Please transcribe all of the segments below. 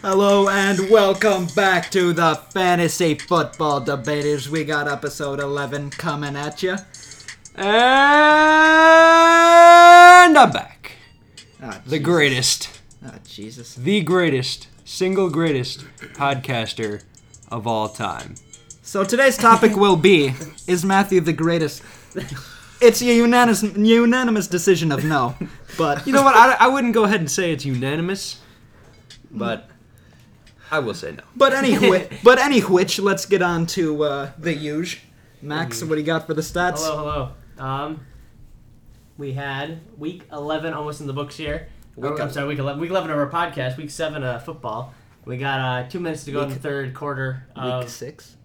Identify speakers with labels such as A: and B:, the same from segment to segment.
A: Hello and welcome back to the Fantasy Football Debaters. We got episode 11 coming at you.
B: And I'm back.
A: Ah,
B: The greatest,
A: ah, Jesus.
B: the greatest, single greatest podcaster of all time.
A: So today's topic will be Is Matthew the greatest? It's a unanimous, unanimous decision of no. But,
B: You know what? I, I wouldn't go ahead and say it's unanimous, but I will say no.
A: but anyway, but any which, let's get on to uh, the huge. Max, what do you got for the stats?
C: Hello, hello. Um, we had week 11 almost in the books here.
A: Oh,
C: Week, I'm sorry, week 11. Week 11 of our podcast, week 7 of football. We got uh, two minutes to go in the
A: Week-
C: third quarter of
A: Week six.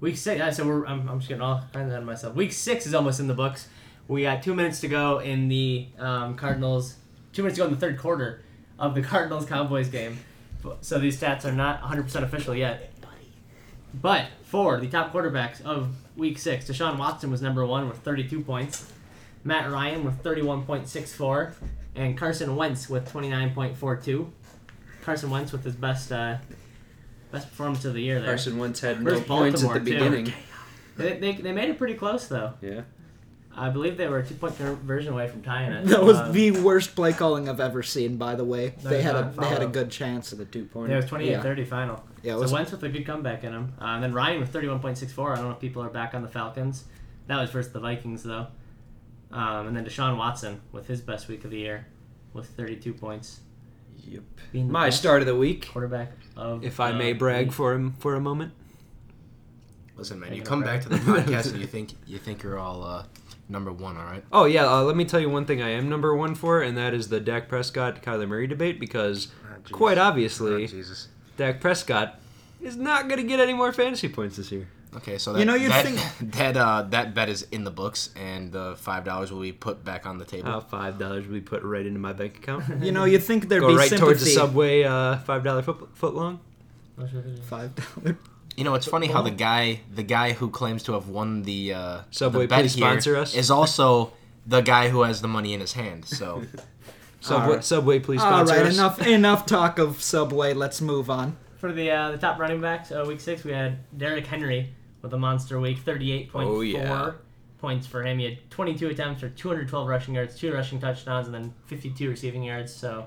C: week 6. I so we're, I'm, I'm just getting all kinds ahead of myself. Week 6 is almost in the books. We got two minutes to go in the um, Cardinals, two minutes to go in the third quarter of the Cardinals Cowboys game. So these stats are not 100% official yet. But for the top quarterbacks of week six, Deshaun Watson was number one with 32 points, Matt Ryan with 31.64, and Carson Wentz with 29.42. Carson Wentz with his best uh, best performance of the year there.
D: Carson once had no
C: Where's
D: points at the
C: Baltimore, too?
D: beginning.
C: They, they, they made it pretty close though.
D: Yeah.
C: I believe they were a two point conversion away from tying it.
A: That was
C: Um,
A: the worst play calling I've ever seen, by the way.
C: No,
A: They
C: it's
A: had a
C: not
A: they had a
C: follow.
A: good chance.
D: To the two point.
C: Yeah, it was 28
A: Yeah.
C: 30 final.
A: Yeah, it
C: so
A: was-
C: Wentz with a good comeback in him. Uh, and then Ryan with 31.64. I don't know if people are back on the Falcons. That was versus the Vikings, though. Um, and then Deshaun Watson with his best week of the year with 32 points.
D: Yep.
C: Being the
B: My
C: best
B: start of the week,
C: quarterback of.
B: if I
C: the
B: may brag
C: league.
B: for him for a moment.
E: Listen, man, you
C: Taking a
E: come back
C: break.
E: to the podcast and you think you think you're all uh, number one, all right?
B: Oh yeah, uh, let me tell you one thing I am number one for, and that is the Dak Prescott Kyler Murray debate because quite obviously
E: Ah, Jesus.
B: Dak Prescott is not going to get any more fantasy points this year.
E: Okay, so
A: You
E: that,
A: know, you'd
E: that,
A: think-
E: that uh, that bet is in the books, and the five dollars will be put back on the table.
B: Uh, five dollars will be put right into my bank account.
A: You know, you'd think there'd
B: Go
A: be
B: right
A: sympathy.
B: towards the subway. Uh, five dollar foot, foot long.
A: Five dollars.
E: you know, it's funny how the
B: Oh.
E: guy the guy who claims to have won the uh,
B: Subway,
E: the bet
B: please
E: here
B: sponsor us.
E: is also the guy who has the money in his hand. So
B: Subway,
A: right.
B: subway, please
A: All
B: sponsor
A: right,
B: us.
A: enough enough talk of Subway. Let's move on.
C: For the, uh, the top running backs, uh, week six, we had Derrick Henry with a monster week 38.4
B: Oh, yeah.
C: points for him. He had 22 attempts for 212 rushing yards, two rushing touchdowns, and then 52 receiving yards. So,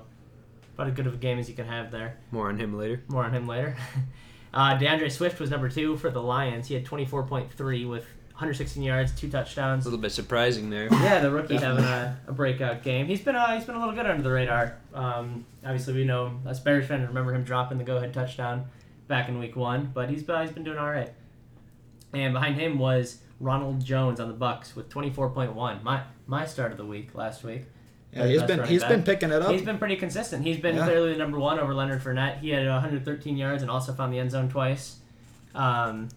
C: about as good of a game as you can have there.
B: More on him later.
C: More on him later. Uh, DeAndre Swift was number two for the Lions. He had 24.3 with 116 yards, two
B: A
C: touchdowns.
B: little bit surprising there.
C: Yeah, the rookie having a, a breakout game. He's been uh, he's been a little good under the radar. Um, obviously, we know him. us Bears fans remember him dropping the go ahead touchdown back in week one, but he's been, he's been doing all right. And behind him was Ronald Jones on the Bucks with 24.1. My my start of the week last week.
A: Yeah, he's
C: Best
A: been
C: running
A: he's
C: back.
A: been picking it up.
C: He's been pretty consistent. He's been
A: Yeah.
C: clearly the number one over Leonard Fournette. He had 113 yards and also found the end zone twice. Um,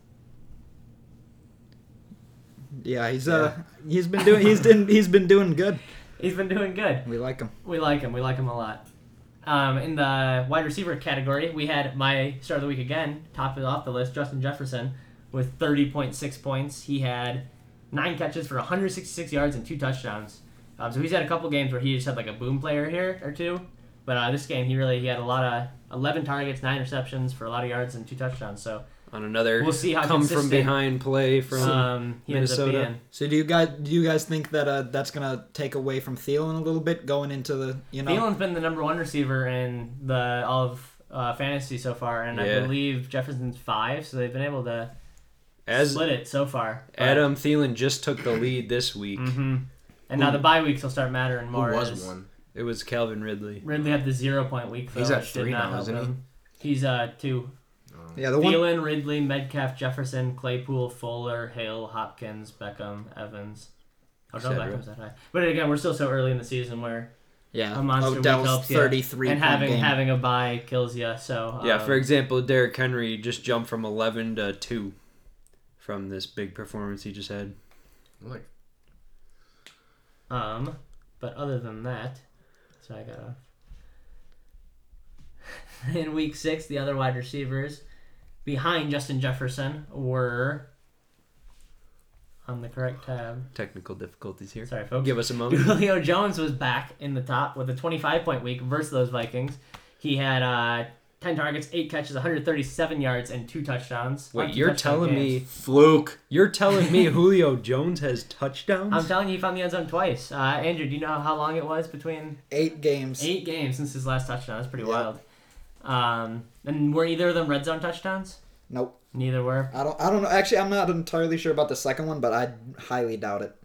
A: yeah, he's uh he's been doing he's been he's been doing good.
C: he's been doing good.
A: We like him.
C: We like him. We like him a lot. Um, in the wide receiver category, we had my start of the week again, top it off the list, Justin Jefferson with 30.6 points. He had nine catches for 166 yards and two touchdowns. Um, so he's had a couple games where he just had like a boom player here or two, but uh, this game he really he had a lot of 11 targets, nine receptions for a lot of yards and two touchdowns. So
B: On another
C: We'll see how
B: come from
C: consistent-
B: behind play from.
C: um, he ends up
B: Minnesota.
C: being-
A: So do you guys do you guys think that uh that's gonna take away from Thielen a little bit going into the you know
C: Thielen's been the number one receiver in the all of uh, fantasy so far, and I
B: Yeah.
C: believe Jefferson's five, so they've been able to
B: as
C: split it so far. But-
B: Adam Thielen just took the lead this week.
C: Mhm. And now the bye weeks will start mattering
E: who
C: more.
E: was
C: as
E: one?
B: It was Calvin Ridley.
C: Ridley had the zero point week. Though,
E: He's at
C: which did
E: three
C: not
E: now,
C: help
E: isn't he?
C: him. He's uh two.
A: yeah the one
C: Thielen, Ridley, Medcalf, Jefferson, Claypool, Fuller, Hill, Hopkins, Beckham, Evans. Oh, no,
B: Et cetera.
C: Beckham's that high. But again, we're still so early in the season where
A: yeah oh,
C: a monster week
A: Odell's
C: helps you.
A: thirty three
C: and having
A: game.
C: having a bye kills you. So
B: yeah,
C: um,
B: for example, Derrick Henry just jumped from 11 to 2 from this big performance he just had.
E: Like,
C: Um, but other than that, so I got off. In week six, the other wide receivers behind Justin Jefferson were on the correct tab.
B: Technical difficulties here.
C: Sorry, folks.
B: Give us a moment.
C: Julio Jones was back in the top with a 25 point week versus those Vikings. He had uh, 10 targets, 8 catches, 137 yards, and 2 touchdowns.
B: Wait,
C: Like, two
B: you're
C: touchdown
B: telling
C: games.
B: me
E: Fluke.
B: you're telling me Julio Jones has touchdowns?
C: I'm telling you, he found the end zone twice. Uh, Andrew, do you know how long it was between
A: Eight games.
C: eight games since his last touchdown? That's pretty
A: Yeah.
C: wild. Um, and were either of them red zone touchdowns?
A: Nope.
C: Neither were.
A: I don't. I don't know. Actually, I'm not entirely sure about the second one, but I highly doubt it.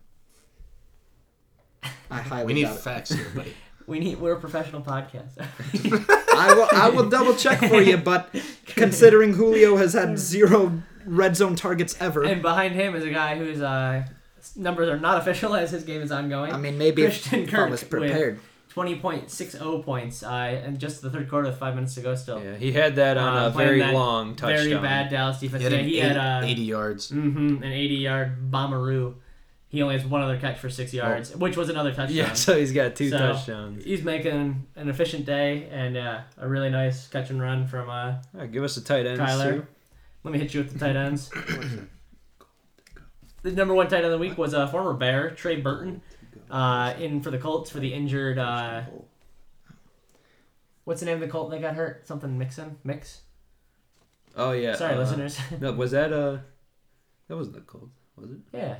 A: I highly
E: We need
A: doubt
E: facts here, buddy.
C: We need. We're a professional podcast.
A: it. I will. I will double check for you. But considering Julio has had zero red zone targets ever,
C: and behind him is a guy whose uh, numbers are not official as his game is ongoing.
A: I mean, maybe if
C: Christian
A: I was
C: Kirk with-
A: prepared.
C: 20.60 points uh, and just the third quarter with five minutes to go still.
B: yeah, he had that on
C: Uh,
B: a
C: playing
B: very
C: that
B: long touchdown.
C: Very bad Dallas defense.
E: He had,
C: yeah,
E: an
C: he
E: eight-
C: had uh,
E: 80 yards.
C: mhm, an 80 yard bomberoo. He only has one other catch for six yards, which was another touchdown.
B: Yeah, so he's got two
C: So,
B: touchdowns.
C: He's making an efficient day and uh, a really nice catch and run from uh,
B: All right, give us a tight end.
C: Tyler.
B: Sue.
C: Let me hit you with the tight ends. the number one tight end of the week was a former Bear, Trey Burton, uh, in for the Colts for the injured. Uh, what's the name of the Colt that got hurt? Something Mixon? Mix?
B: Oh yeah.
C: Sorry,
B: uh,
C: listeners.
B: No, was that uh that wasn't the cold, was it?
C: yeah.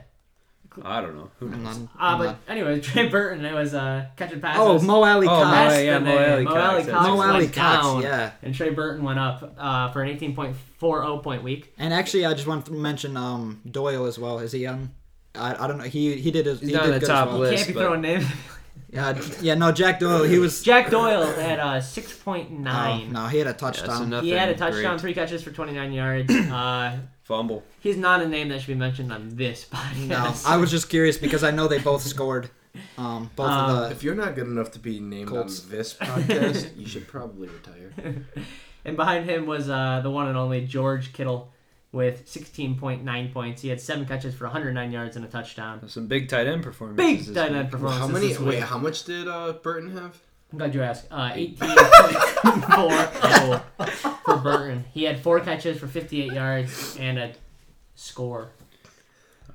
B: I don't know. Who knows?
A: I'm not-
C: Uh,
A: I'm
C: but
A: not-
C: anyway, Trey Burton, it was uh, catching passes.
A: oh, Mo Alley
B: Oh,
A: Cox.
B: Mo- yeah,
C: Passed, and
B: Mo
C: then
B: Alley
C: Mo
B: Cox,
C: Alley
B: that's
C: Cox
A: Mo Alley
C: went down.
A: Cox. Yeah.
C: And Trey Burton went up uh, for an 18.40 point week.
A: And actually, I just want to mention um, Doyle as well. Is he on? I, I don't know. He he did his.
B: He's
A: he did
B: not on the
A: good
B: top
A: as well.
B: list. Yes,
C: Can't be
B: but-
C: throwing names.
A: Yeah, yeah, no, Jack Doyle. He was.
C: Jack Doyle had uh,
A: Oh,
C: 6.9.
A: no, he had a
B: Yeah, so
A: touchdown.
B: nothing
C: he had a touchdown,
B: great.
C: three catches for 29 yards. uh,
B: Fumble.
C: he's not a name that should be mentioned on this
A: No,
C: podcast.
A: I was just curious because I know they both scored. Um, both of the.
E: If you're not good enough to be named
A: Colts.
E: on this podcast, you should probably retire.
C: and behind him was uh, the one and only George Kittle with 16.9 points. He had seven catches for 109 yards and a touchdown.
B: Some big tight end performance.
C: Big tight end performance.
E: how many?
C: This week.
E: Wait, how much did uh, Burton have?
C: I'm glad you asked. Uh, 18.40 for Burton. He had four catches for 58 yards and a score.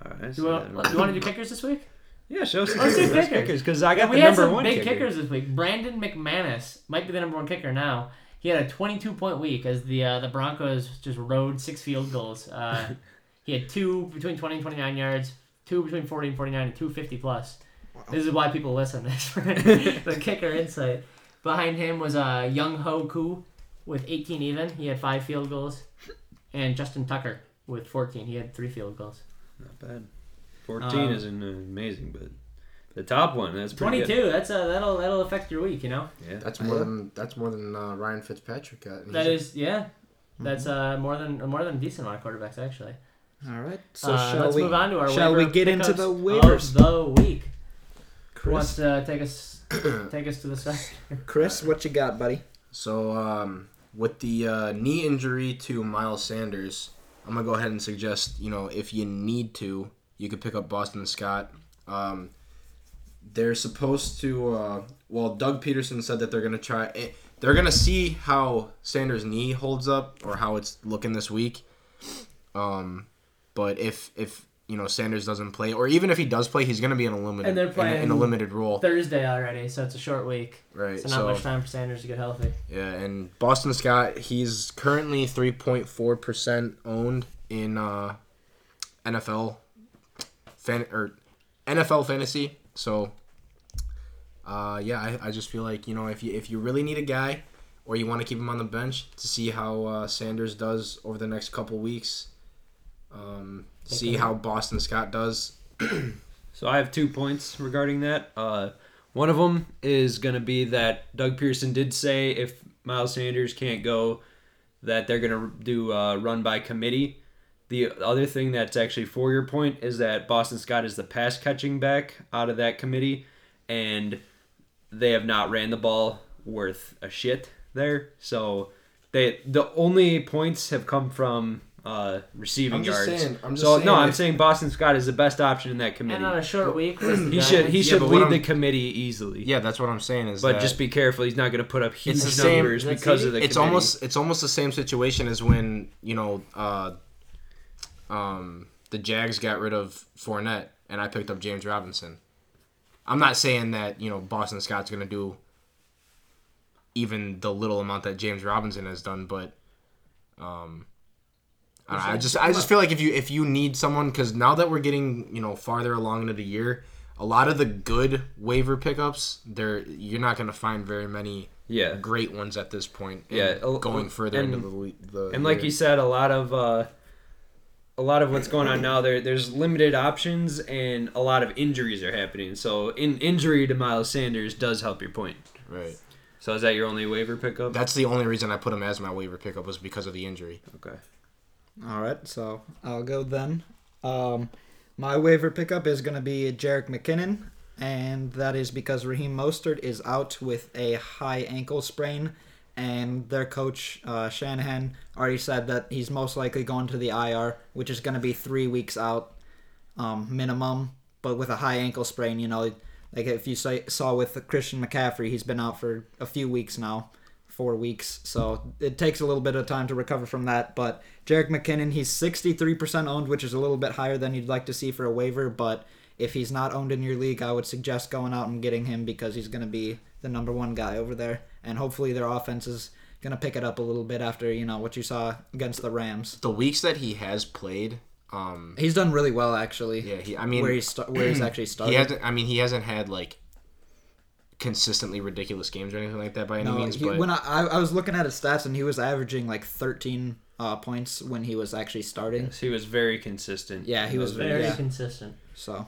B: All right,
C: Do you
B: so
C: want,
B: that-
C: do you want to do kickers this week?
B: yeah, show us the
C: Let's do
B: kickers.
C: kickers.
B: because I got
C: we
B: the
C: had
B: number
C: some
B: one
C: big
B: kicker.
C: kickers this week. Brandon McManus might be the number one kicker now. He had a 22 point week as the uh, the Broncos just rode six field goals. Uh, he had two between 20 and 29 yards, two between 40 and 49, and two 50 plus. This is why people listen. That's for the kicker insight. Behind him was uh, Young Ho Koo with 18 even. He had five field goals, and Justin Tucker with 14. He had three field goals.
B: Not bad. Fourteen
C: Um,
B: isn't amazing, but the top one that's pretty
C: 22. That's uh, that'll that'll affect your week, you know.
B: good. Yeah.
E: That's more than that's more than uh, Ryan Fitzpatrick got. and
C: That
E: he's-
C: is, yeah. That's uh, more than more than a decent amount of quarterbacks actually.
A: All right, so
C: Uh,
A: shall
C: let's
A: we?
C: move on to our
A: shall
C: waiver
A: we get into
C: pickups
A: the
C: of
A: waivers?
C: the week. Who
A: Chris,
C: wants to take us take us to the side?
A: Chris, what you got, buddy?
E: So um, with the uh, knee injury to Miles Sanders, I'm gonna go ahead and suggest you know if you need to, you could pick up Boston Scott. Um, they're supposed to. Uh, well, Doug Peterson said that they're gonna try. It, they're gonna see how Sanders' knee holds up or how it's looking this week. Um, but if if you know Sanders doesn't play, or even if he does play, he's gonna be in a limited
C: And they're
E: in a- in a
C: playing
E: limited role.
C: Thursday already, so it's a short week.
E: Right.
C: So not much time for Sanders to get healthy.
E: Yeah, and Boston Scott, he's currently 3.4% owned in uh, NFL fan or NFL fantasy. So uh, yeah, I, I just feel like, you know, if you if you really need a guy or you want to keep him on the bench to see how uh, Sanders does over the next couple weeks, um, see
C: him.
E: how Boston Scott does.
B: So I have two points regarding that. Uh, one of them is going to be that Doug Pearson did say if Miles Sanders can't go, that they're going to do uh, run by committee. The other thing that's actually for your point is that Boston Scott is the pass catching back out of that committee, and they have not ran the ball worth a shit there. So they the only points have come from uh, receiving
E: I'm just
B: yards.
E: saying- I'm just
B: so
E: saying
B: no, I'm
E: if-
B: saying Boston Scott is the best option in that committee.
C: And on a short week, this
B: He
C: guy-
B: should he
E: Yeah,
B: should
E: but what
B: lead
E: I'm-
B: the committee easily.
E: Yeah, that's what I'm saying is
B: But
E: that-
B: just be careful. He's not going to put up huge
E: It's the same-
B: numbers
C: that's
B: because
C: it.
B: of the.
E: it's
B: committee.
E: almost it's almost the same situation as when you know uh, um, the Jags got rid of Fournette and I picked up James Robinson. I'm not saying that you know Boston Scott's going to do even the little amount that James Robinson has done, but um, I, don't know, I just I just feel like if you if you need someone because now that we're getting you know farther along into the year, a lot of the good waiver pickups there you're not gonna find very many
B: Yeah.
E: great ones at this point. and
B: Yeah, a-
E: going
B: a-
E: further
B: and-
E: into the le- the
B: and like
E: year.
B: you said, a lot of uh, a lot of what's going on now there there's limited options and a lot of injuries are happening. So in injury to Miles Sanders does help your point.
E: right.
B: So is that your only waiver pickup?
E: That's the only reason I put him as my waiver pickup was because of the injury.
B: okay.
A: All right, so I'll go then. Um, my waiver pickup is going to be Jarek McKinnon, and that is because Raheem Mostert is out with a high ankle sprain, and their coach uh, Shanahan already said that he's most likely going to the IR, which is going to be three weeks out um, minimum. But with a high ankle sprain, you know, like if you say, saw with Christian McCaffrey, he's been out for a few weeks now, four weeks. So it takes a little bit of time to recover from that. But Jarek McKinnon, he's 63% owned, which is a little bit higher than you'd like to see for a waiver. But if he's not owned in your league, I would suggest going out and getting him because he's going to be the number one guy over there. And hopefully their offense is going to pick it up a little bit after, you know, what you saw against the Rams.
E: The weeks that he has played, um,
A: He's done really well, actually.
E: yeah, he, I mean,
A: where he's sta- where he's actually started.
E: he hasn't. I mean, he hasn't had like consistently ridiculous games or anything like that by any
A: No,
E: means.
A: he-
E: but
A: when I, I I was looking at his stats and he was averaging like 13 uh, points when he was actually starting.
B: So he was very consistent.
A: Yeah, he
B: in
A: was
B: those
A: very-
C: Very
A: Yeah.
C: consistent.
A: So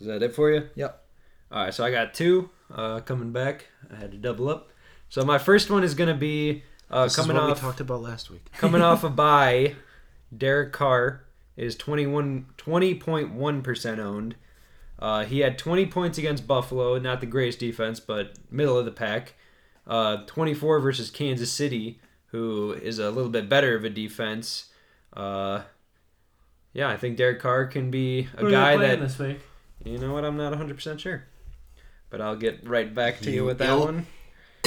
B: Is that it for you?
A: Yep.
B: All right, so I got two uh, coming back. I had to double up. So my first one is gonna be uh,
E: this
B: coming
E: is what
B: off
E: we talked about last week.
B: coming off a bye. Derek Carr is 21 20.1 percent owned. Uh, he had 20 points against Buffalo, not the greatest defense, but middle of the pack. Uh, 24 versus Kansas City, who is a little bit better of a defense. Uh, yeah, I think Derek Carr can be a
C: Who are they
B: guy
C: playing
B: that
C: this week.
B: you know what? I'm not 100% sure. But I'll get right back to you,
E: You
B: with that
E: ill-
B: one.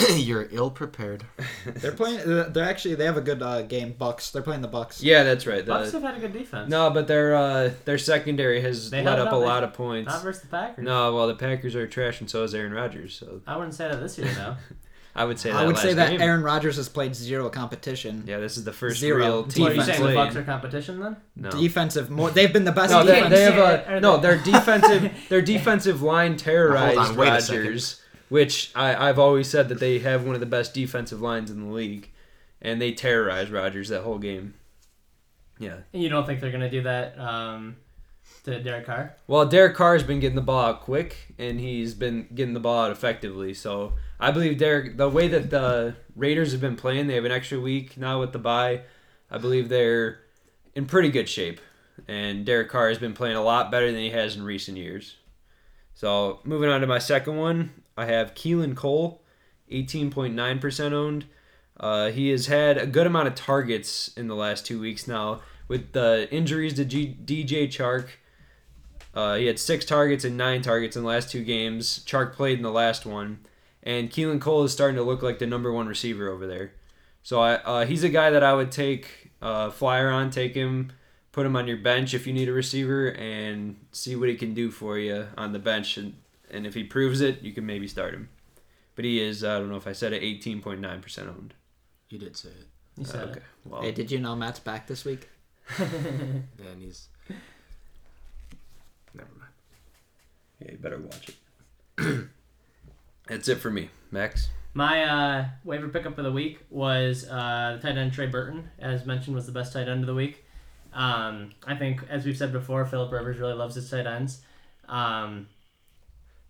E: You're ill prepared.
A: they're playing. uh, They're actually they have a good uh, game. Bucks. They're playing the Bucks.
B: Yeah, that's right. The-
C: Bucks have had a good defense.
B: no, but their uh, their secondary has
C: They
B: let
C: held
B: up a
C: up,
B: lot
C: they-
B: of points.
C: Not versus the Packers.
B: No, well, the Packers are trash, and so is Aaron Rodgers. So
C: I wouldn't say that this year though.
B: I would say that
A: I would say
B: last
A: that
B: game.
A: Aaron Rodgers has played zero competition.
B: Yeah, this is the first
A: Zero.
B: real
A: What
B: team
C: What, are you
B: he's
C: saying the
B: played.
C: Bucks are competition then?
B: no.
A: Defensive more. They've been the best.
B: No, they,
A: defense.
B: they have
C: Are
B: a no.
C: they-
B: Their defensive their defensive line terrorized
E: Hold on, wait a second.
B: Rodgers, which I, I've always said that they have one of the best defensive lines in the league, and they terrorized Rodgers that whole game. Yeah.
C: And you don't think they're gonna do that um, to Derek Carr?
B: Well, Derek Carr's been getting the ball out quick, and he's been getting the ball out effectively. So I believe Derek. The way that the Raiders have been playing, they have an extra week now with the bye. I believe they're in pretty good shape, and Derek Carr has been playing a lot better than he has in recent years. So moving on to my second one, I have Keelan Cole, eighteen point nine percent owned. Uh, he has had a good amount of targets in the last two weeks now. With the injuries to G- DJ Chark, uh, he had six targets and nine targets in the last two games. Chark played in the last one, and Keelan Cole is starting to look like the number one receiver over there. So I, uh, he's a guy that I would take uh, flyer on, take him, put him on your bench if you need a receiver, and see what he can do for you on the bench. And, and if he proves it, you can maybe start him. But he is, I don't know if I said it, 18.9% owned.
E: You did say it,
C: You
B: Uh,
C: said
B: okay.
C: it.
B: Well,
A: Hey, did you know Matt's back this week?
E: and he's never mind.
B: yeah, you better watch it. That's it for me, Max.
C: My uh, waiver pickup of the week was uh, the tight end Trey Burton, as mentioned, was the best tight end of the week. Um, I think, as we've said before, Philip Rivers really loves his tight ends, um,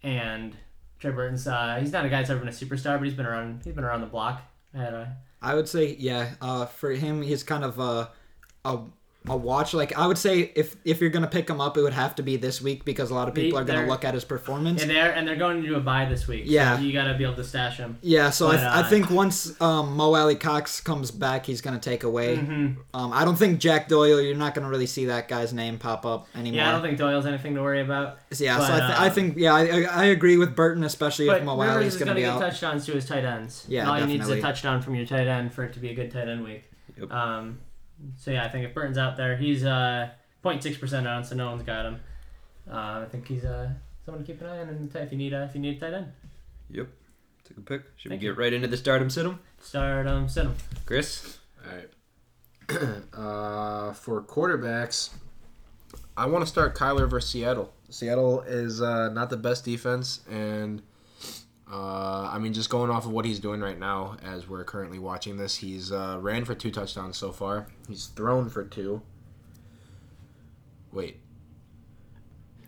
C: and Trey Burton's uh, he's not a guy that's ever been a superstar, but he's been around. He's been around the block. uh, Had a,
A: I would say yeah. Uh, for him, he's kind of a a a watch. Like I would say if if you're gonna pick him up, it would have to be this week because a lot of
C: The-
A: people are gonna
C: they're-
A: look at his performance.
C: and they're and they're going to do a buy this week. so
A: Yeah.
C: you gotta be able to stash him.
A: Yeah, so
C: But,
A: I, I
C: uh,
A: think once um, Mo Alley Cox comes back, he's gonna take away.
C: Mm. Mm-hmm.
A: Um, I don't think Jack Doyle. You're not gonna really see that guy's name pop up anymore.
C: Yeah, I don't think Doyle's anything to worry about.
A: So, yeah, so
C: but,
A: I, th-
C: uh,
A: I think yeah, I, I I agree with Burton, especially if
C: But
A: Mo
C: Rivers
A: Alley's
C: is
A: gonna,
C: going to
A: be
C: get
A: out.
C: touchdowns to his tight ends.
A: Yeah,
C: And all he needs is a
A: definitely.
C: touchdown from your tight end for it to be a good tight end week.
B: Yep.
C: Um, so yeah, I think if Burton's out there, he's uh 0.6 percent on, so no one's got him. Uh, I think he's uh someone to keep an eye on in the tight, if you need a, if you need a tight end.
B: Yep. Took a pick. Should
C: Thank
B: we
C: you.
B: get right into the stardom sit 'em?
C: Stardom, um, sit 'em.
B: Chris?
E: All right. uh, for quarterbacks, I want to start Kyler versus Seattle. Seattle is uh, not the best defense, and uh, I mean, just going off of what he's doing right now, as we're currently watching this, he's uh, ran for two touchdowns so far. He's thrown for two. Wait,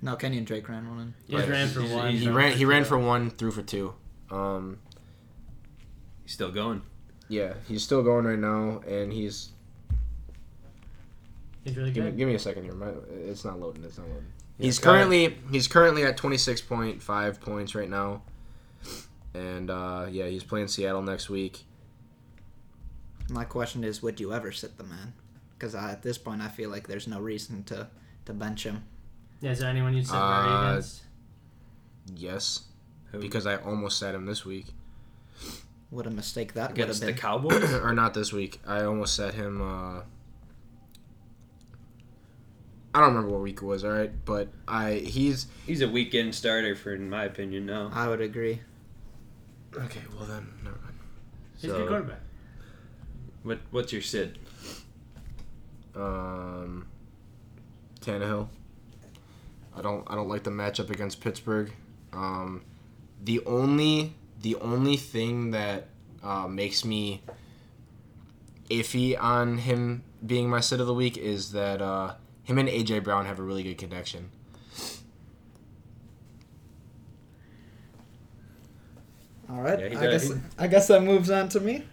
A: No, Kenny and Drake ran one in.
C: He's ran for
B: he's-
C: one.
B: he's-
E: he ran. He ran for one, threw for two. Um,
B: he's still going.
E: yeah, he's still going right now, and he's
C: He's really
E: Give me,
C: good.
E: give me a second here. My, it's not loading. It's not loading.
B: Yeah,
E: he's
B: go ahead.
E: currently he's currently at twenty six point five points right now, and uh, yeah, he's playing Seattle next week.
A: My question is, would you ever sit the man? Because at this point, I feel like there's no reason to, to bench him.
C: Yeah, is there anyone you said
E: Uh,
C: Murray against?
E: Yes,
B: Who?
E: because I almost sat him this week,
A: What a mistake that would have
B: Against the
A: been.
B: Cowboys?
E: or not this week. I almost sat him. Uh, I don't remember what week it was. All right, but I he's
B: he's a weekend starter, for in my opinion, now.
A: I would agree.
E: okay. Well then, never mind.
C: He's a good
B: So,
C: quarterback.
B: what, what's your sit?
E: Um, Tannehill. I don't. I don't like the matchup against Pittsburgh. Um, the only the only thing that uh, makes me iffy on him being my sit of the week is that uh, him and AJ Brown have a really good connection.
A: All right.
B: Yeah, he
A: I
B: did.
A: guess I guess that moves on to me.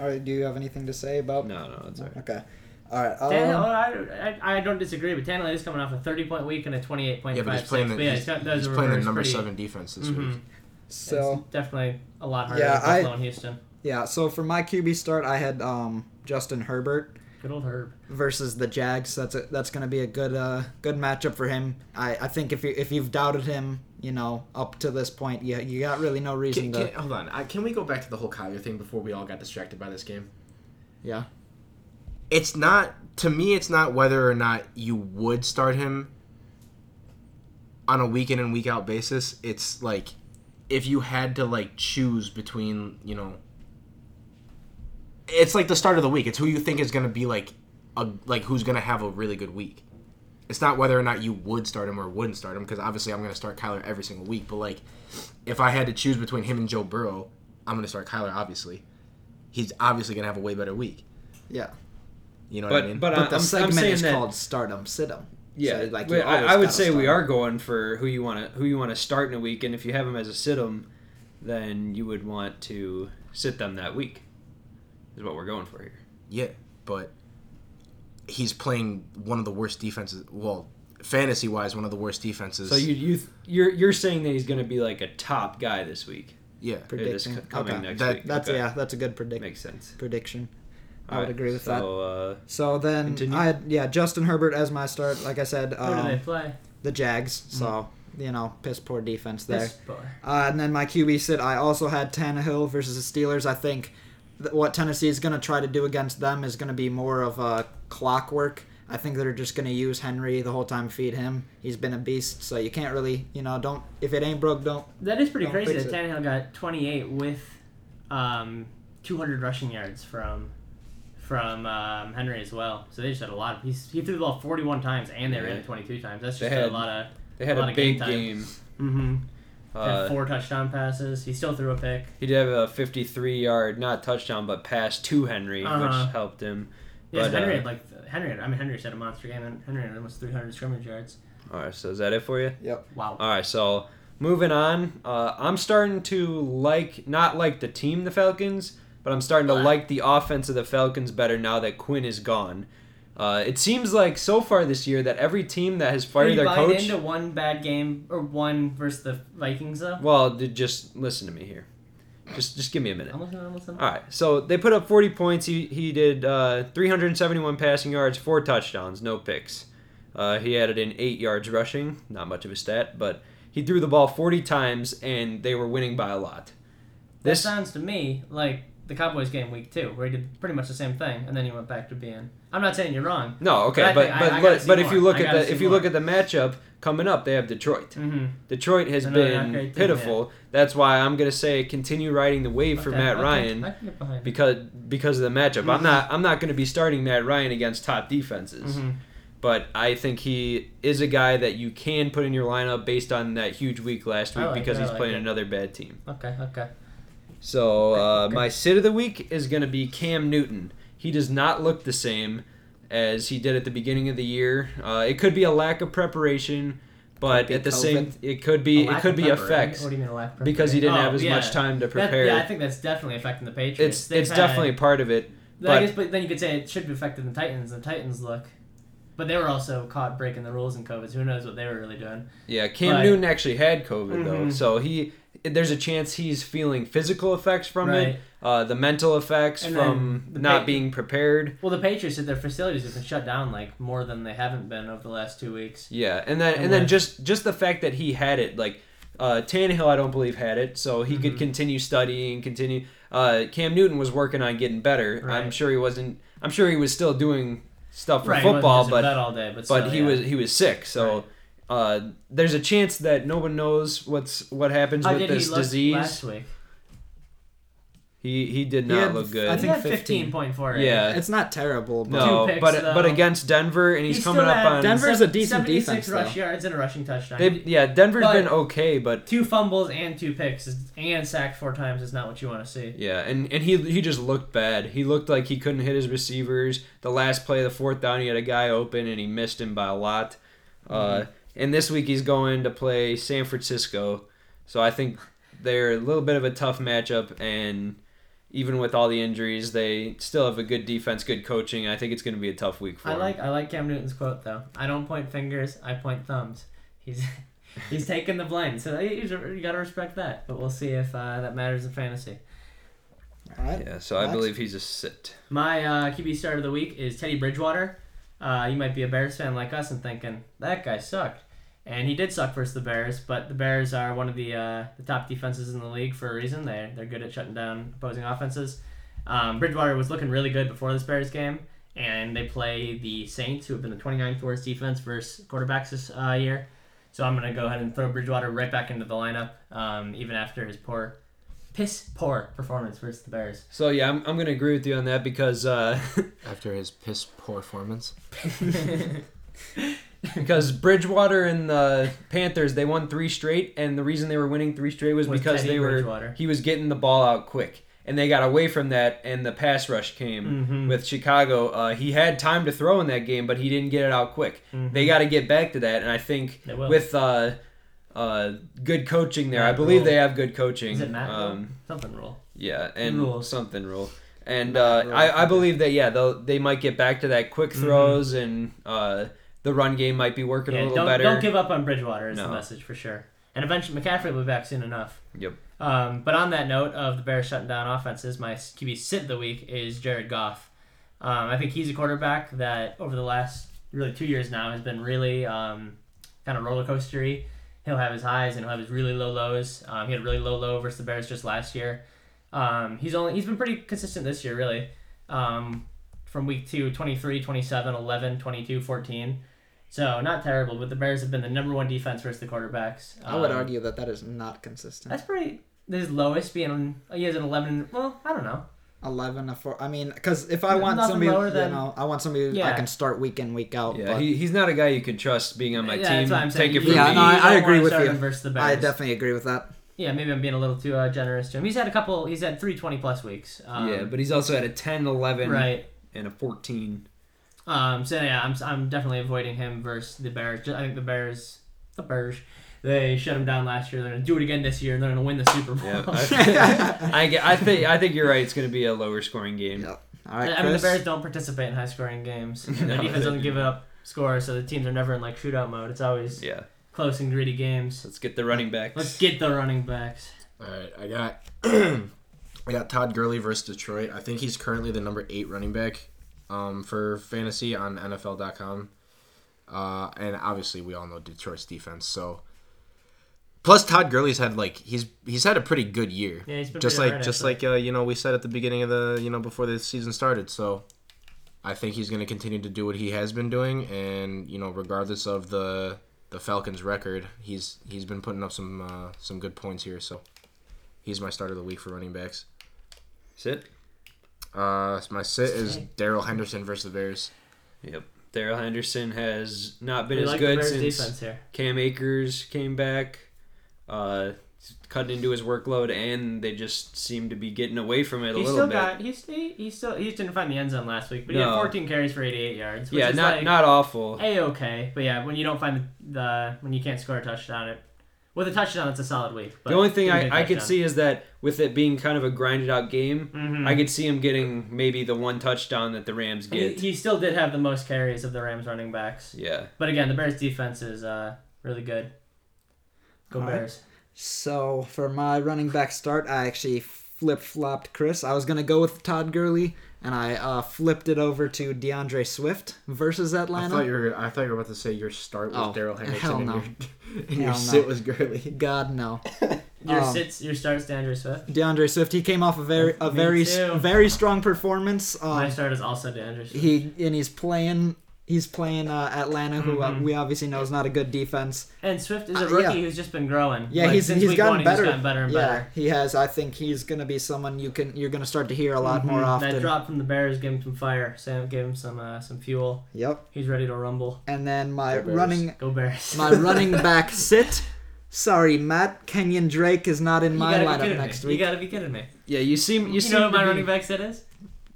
A: All right. Do you have anything to say about?
B: No, no, it's all right.
A: Okay. All right.
E: uh,
C: Tannehill, oh,
A: Um,
C: I, I, I don't disagree, but Tannehill is coming off a 30 point week and a 28 point
E: Yeah, but he's playing the
C: yeah,
E: he's,
C: got- those
E: he's
C: are
E: playing the
C: reversed
E: number
C: pretty-
E: seven defense this
C: Mhm.
E: week.
A: so
C: It's definitely a lot harder
A: Yeah,
C: than
A: I-
C: Buffalo and Houston.
A: yeah. So for my QB start, I had um, Justin Herbert.
C: Good old Herb.
A: versus the Jags. That's a, that's going to be a good uh, good matchup for him. I, I think if you if you've doubted him, you know, up to this point, you you got really no reason
E: Can,
A: to.
E: can, hold on. I, can we go back to the whole Kyler thing before we all got distracted by this game?
A: Yeah,
E: it's not to me it's not whether or not you would start him on a week in and week out basis it's like if you had to like choose between you know it's like the start of the week it's who you think is going to be like a like who's going to have a really good week it's not whether or not you would start him or wouldn't start him because obviously I'm going to start Kyler every single week but like if I had to choose between him and Joe Burrow I'm going to start Kyler obviously he's obviously going to have a way better week
A: yeah.
E: you know what I mean
B: But, but,
A: But
B: I,
A: the
B: am
A: segment
B: saying
A: is
B: that,
A: called Stardom Situm.
B: Yeah,
A: So, like,
B: we-
A: you always
B: I, I would
A: gotta
B: say
A: start
B: we
A: him.
B: are going for who you want to who you want to start in a week, and if you have them as a sit 'em, then you would want to sit them that week. Is what we're going for here.
E: Yeah, but he's playing one of the worst defenses. Well, fantasy wise, one of the worst defenses.
B: So you you th- you're you're saying that he's going to be like a top guy this week.
E: yeah,
B: or this
A: Predicting.
B: co- coming
A: Okay.
B: next
E: That-
B: week.
A: That's
B: Okay.
A: yeah, that's a good predict-
B: makes sense.
A: prediction. I would agree with
B: so,
A: that.
B: Uh,
A: So then
B: Continue.
A: I had yeah Justin Herbert as my start. Like I said,
C: Who do they
A: um,
C: play?
A: the Jags.
B: Mm-hmm.
A: So you know, piss poor defense there.
C: This bar.
A: Uh, and then my QB sit, I also had Tannehill versus the Steelers. I think th- what Tennessee is going to try to do against them is going to be more of a clockwork. I think they're just going to use Henry the whole time, feed him. He's been a beast, so you can't really, you know, don't if it ain't broke, don't.
C: That is pretty
A: Don't
C: crazy
A: fix
C: that Tannehill got 28 with um, 200 rushing yards from from um, Henry as well. So they just had a lot of. He's, he threw the ball 41 times and they ran
B: Yeah.
C: it 22 times. That's
B: They
C: just
B: had-
C: a lot of.
B: they had
C: A
B: a,
C: lot of game
B: big
C: time.
B: game.
C: Mm-hmm.
B: Uh,
C: four touchdown passes. He still threw a pick.
B: He did have a 53 yard, not touchdown, but pass to Henry,
C: Uh-huh.
B: which helped him.
C: Yes,
B: But,
C: Henry
B: uh,
C: had like Henry. I mean, Henry had a monster game. and Henry had almost 300 scrimmage yards.
B: All right, so is that it for you?
A: Yep.
C: Wow.
B: All right, so moving on. Uh, I'm starting to like, not like the team, the Falcons, but I'm starting to like the offense of the Falcons better now that Quinn is gone. Uh, it seems like so far this year that every team that has
C: Are
B: fired
C: you
B: their
C: buying
B: coach.
C: into one bad game or one versus the Vikings though?
B: well, dude, just listen to me here. Just, just give me a minute.
C: I'm listening. I'm listening.
B: All right, so they put up 40 points. He, he did uh, 371 passing yards, four touchdowns, no picks. Uh, he added in eight yards rushing, not much of a stat, but he threw the ball 40 times and they were winning by a lot.
C: That
B: This
C: sounds to me like the Cowboys game week two, where he did pretty much the same thing, and then he went back to being. I'm not saying you're wrong.
B: no okay,
C: But I
B: but
C: think- I-
B: but
C: I
B: but,
C: gotta see
B: but if
C: more.
B: you look
C: I
B: at
C: gotta
B: the
C: see
B: if you
C: more.
B: look at the matchup, Coming up, they have Detroit.
C: Mm-hmm.
B: Detroit has
C: Another not
B: been
C: great team,
B: pitiful. That's why I'm gonna say continue riding the wave for Matt Ryan
C: I can get behind. it.
B: because because of the matchup.
C: Mhm.
B: I'm not I'm not gonna be starting Matt Ryan against top defenses,
C: Mhm.
B: but I think he is a guy that you can put in your lineup based on that huge week last
C: I
B: week
C: like
B: because
C: it, I
B: he's
C: like
B: playing
C: it.
B: another bad team.
C: Okay, okay.
B: So uh,
C: Okay.
B: my sit of the week is going to be Cam Newton. He does not look the same as he did at the beginning of the year. Uh, it could be a lack of preparation, but
A: Could be
B: at the
A: COVID.
B: same, it could be
C: A
B: it
C: lack
B: could
C: of
B: be
C: preparation.
B: effects
C: What do you mean a lack of
B: because he didn't
C: preparation?
B: have as
C: Oh,
B: much
C: yeah.
B: time to
C: That-
B: prepare.
C: yeah, I think that's definitely affecting the Patriots.
B: it's
C: They've
B: it's
C: had-
B: definitely part of it.
C: I
B: but-
C: guess, but then you could say it should be affecting the Titans. The Titans look, but they were also caught breaking the rules in COVID. So who knows what they were really doing?
B: Yeah, Cam
C: But-
B: Newton actually had COVID though,
C: Mhm.
B: so he there's a chance he's feeling physical effects from
C: right.
B: it, uh, the mental effects
C: And then
B: from
C: the
B: not
C: pa-
B: being prepared.
C: Well, the Patriots said their facilities have been shut down like more than they haven't been over the last two weeks.
B: Yeah, and then
C: And
B: and then
C: like-
B: just just the fact that he had it, like uh, Tannehill, I don't believe had it, so he could
C: Mhm.
B: continue studying, continue. Uh, Cam Newton was working on getting better. I'm
C: Right.
B: sure he wasn't. I'm sure he was still doing stuff for
C: Right,
B: football, but
C: that all day, but
B: but
C: still,
B: he
C: yeah.
B: was he was sick. So
C: Right.
B: uh, there's a chance that no one knows what's what happens
C: How
B: with
C: Oh, did he
B: this
C: look
B: disease.
C: last week?
B: He he did
A: He
B: not
A: had-
B: look
A: I
B: good.
A: think
C: he had
A: 15.
C: fifteen point four.
B: Yeah.
A: It's not terrible, but
B: no,
C: Two picks,
B: but but
C: though.
B: against Denver, and he's,
C: He's
B: coming
C: still
B: up
C: at
B: on.
A: Denver- Denver's a decent
C: 76
A: defense,
C: rush yards and a rushing touchdown.
B: they, yeah, Denver's
C: But-
B: been okay, but
C: two fumbles and two picks is- and sacked four times is not what you want to see.
B: Yeah, and, and he he just looked bad. He looked like he couldn't hit his receivers. The last play, the fourth down, he had a guy open and he missed him by a lot. Uh,
C: Mm-hmm.
B: and this week he's going to play San Francisco, so I think they're a little bit of a tough matchup. And even with all the injuries, they still have a good defense, good coaching. I think it's going to be a tough week for
C: I
B: him.
C: like I like Cam Newton's quote though. I don't point fingers, I point thumbs. He's he's taking the blame, so you, you gotta respect that. But we'll see if uh, that matters in fantasy.
A: all right.
B: Yeah, so I
A: Next.
B: believe he's a sit.
C: My uh, QB start of the week is Teddy Bridgewater. Uh, you might be a Bears fan like us and thinking that guy sucked, and he did suck versus the Bears. But the Bears are one of the uh, the top defenses in the league for a reason. They they're good at shutting down opposing offenses. Um, Bridgewater was looking really good before this Bears game, and they play the Saints, who have been the 29th worst defense versus quarterbacks this uh, year. So I'm gonna go ahead and throw Bridgewater right back into the lineup, um, even after his poor, piss poor performance versus the Bears.
B: So yeah, I'm, I'm going to agree with you on that because uh,
E: After his piss poor performance,
B: Because Bridgewater and the Panthers, they won three straight, and the reason they were winning three straight was,
C: Was
B: because
C: Teddy
B: they were
C: Bridgewater.
B: he was getting the ball out quick, and they got away from that, and the pass rush came
C: Mhm.
B: with Chicago. Uh, he had time to throw in that game, but he didn't get it out quick. They got to get back to that, and I think
C: Mm-hmm. They will.
B: with uh, uh, good coaching there, I
C: Matt
B: believe
C: Rule.
B: they have good coaching.
C: Is it Matt Rule?
B: Um,
C: Something rule.
B: yeah, and
C: Rule.
B: something rule. And
A: Matt
B: uh,
A: Rule,
B: I, I believe that yeah, they they might get back to that quick throws and uh, the run game might be working
C: Mm-hmm.
B: a
C: Yeah,
B: little
C: don't,
B: better.
C: don't give up on Bridgewater is
B: No.
C: the message for sure. And eventually McCaffrey will be back soon enough.
B: Yep.
C: Um, but on that note of the Bears shutting down offenses, my QB sit of the week is Jared Goff. Um, I think he's a quarterback that over the last really two years now has been really um, kind of roller coastery. He'll have his highs and he'll have his really low lows. Um, he had a really low low versus the Bears just last year. Um, he's only he's been pretty consistent this year really. Um, from week two, 23, 27, 11, 22, 14. So not terrible, but the Bears have been the number one defense versus the quarterbacks.
A: I would
C: Um,
A: argue that that is not consistent.
C: that's pretty. His lowest being he has an eleven. Well, I don't know.
A: Eleven to four. I mean, because if I want
C: Nothing
A: somebody,
C: lower than-
A: you know, I want somebody I
C: Yeah.
A: can start week in week out.
B: Yeah,
A: but
B: he, he's not a guy you can trust being on my
C: Yeah,
B: team.
C: that's what I'm saying.
B: Take it
A: You-
B: from
A: Yeah,
B: me.
A: no, I-
C: don't
A: agree
C: wanna
A: with
C: start
A: you.
C: him Versus the Bears.
A: I definitely agree with that.
C: yeah, maybe I'm being a little too uh, generous to him. He's had a couple. He's had three twenty plus weeks. Um,
B: yeah, but he's also at a 10, 11,
C: right.
B: and a 14.
C: Um, so yeah, I'm, I'm definitely avoiding him versus the Bears. I think the Bears, the Bears, they shut him down last year. They're gonna do it again this year, and they're gonna win the Super Bowl.
B: Yeah, I, I, get- I think I think you're right. It's going to be a lower scoring game.
A: Yeah. All right,
C: I mean, the
A: Chris.
C: Bears don't participate in high scoring games. And
B: No,
C: the defense
B: they
C: doesn't give up scores, so the teams are never in like shootout mode. It's always
B: Yeah,
C: close and gritty games.
B: let's get the running backs.
C: Let's get the running backs.
E: all right, I got, I got Todd Gurley versus Detroit. I think he's currently the number eight running back, um, for fantasy on NFL.com. Uh, and obviously we all know Detroit's defense. So, plus Todd Gurley's had like he's he's had a pretty good year.
C: Yeah, he's been
E: just
C: pretty
E: like
C: hard,
E: just
C: actually.
E: like uh, you know we said at the beginning of the you know before the season started so i think he's going to continue to do what he has been doing and you know regardless of the the Falcons' record. He's he's been putting up some uh, some good points here, so he's my starter of the week for running backs.
B: Sit.
E: Uh, my sit is Daryl Henderson versus the Bears.
B: Yep. Daryl Henderson has not been
C: We
B: as
C: like the
B: good
C: Bears
B: since
C: defense here.
B: Cam Akers came back, uh, cutting into his workload, and they just seem to be getting away from it a
C: He
B: little
C: still
B: bit.
C: got he's he, he still he just didn't find the end zone last week, but he had
B: No.
C: 14 carries for 88 yards. Which
B: yeah,
C: is
B: not
C: like,
B: not awful.
C: a okay, but yeah, when you don't find the, the when you can't score a touchdown, it with a touchdown it's a solid week. But
B: The only thing
C: didn't get a
B: I, I could
C: touchdown.
B: see is that with it being kind of a grinded out game,
C: Mhm.
B: I could see him getting maybe the one touchdown that the Rams
C: he,
B: get.
C: he still did have the most carries of the Rams running backs,
B: yeah.
C: but again, the Bears defense is uh, really good. Go
A: All right.
C: Bears!
A: So for my running back start, I actually flip flopped Chris. I was gonna go with Todd Gurley, and I uh, flipped it over to DeAndre Swift versus
E: I
A: Atlanta.
E: thought you were I thought you were about to say your start was
A: Oh,
E: Daryl Henderson
A: hell no.
E: and your, and your
A: Hell no.
E: sit was Gurley.
A: God no,
C: Your
A: Um,
C: sits, your starts, DeAndre Swift.
A: DeAndre Swift. He came off a very a
C: Oh, Me
A: very s-
C: too.
A: very strong performance.
C: My
A: Um,
C: start is also DeAndre Swift.
A: he and he's playing. He's playing uh, Atlanta, who uh,
C: Mhm.
A: we obviously know is not a good defense.
C: And Swift is a
A: Uh,
C: rookie
A: yeah.
C: who's just been growing.
A: Yeah,
C: Like,
A: he's
C: since
A: he's
C: week
A: gotten,
C: one,
A: better.
C: He's gotten better and
A: yeah,
C: better.
A: he has. I think he's gonna be someone you can you're gonna start to hear a lot more
C: Mhm.
A: often.
C: That drop from the Bears gave him some fire. Sam gave him some uh, some fuel.
A: Yep.
C: He's ready to rumble.
A: And then my
E: Go Bears.
A: running
C: Go Bears!
A: my running back sit. Sorry, Matt. Kenyon Drake is not in
C: you
A: my
C: gotta be
A: lineup
C: kidding
A: next
C: me.
A: week.
C: You gotta be kidding me.
B: Yeah, you seem you,
C: You,
B: seem
C: know
B: to
C: what my
B: be-
C: running back set is?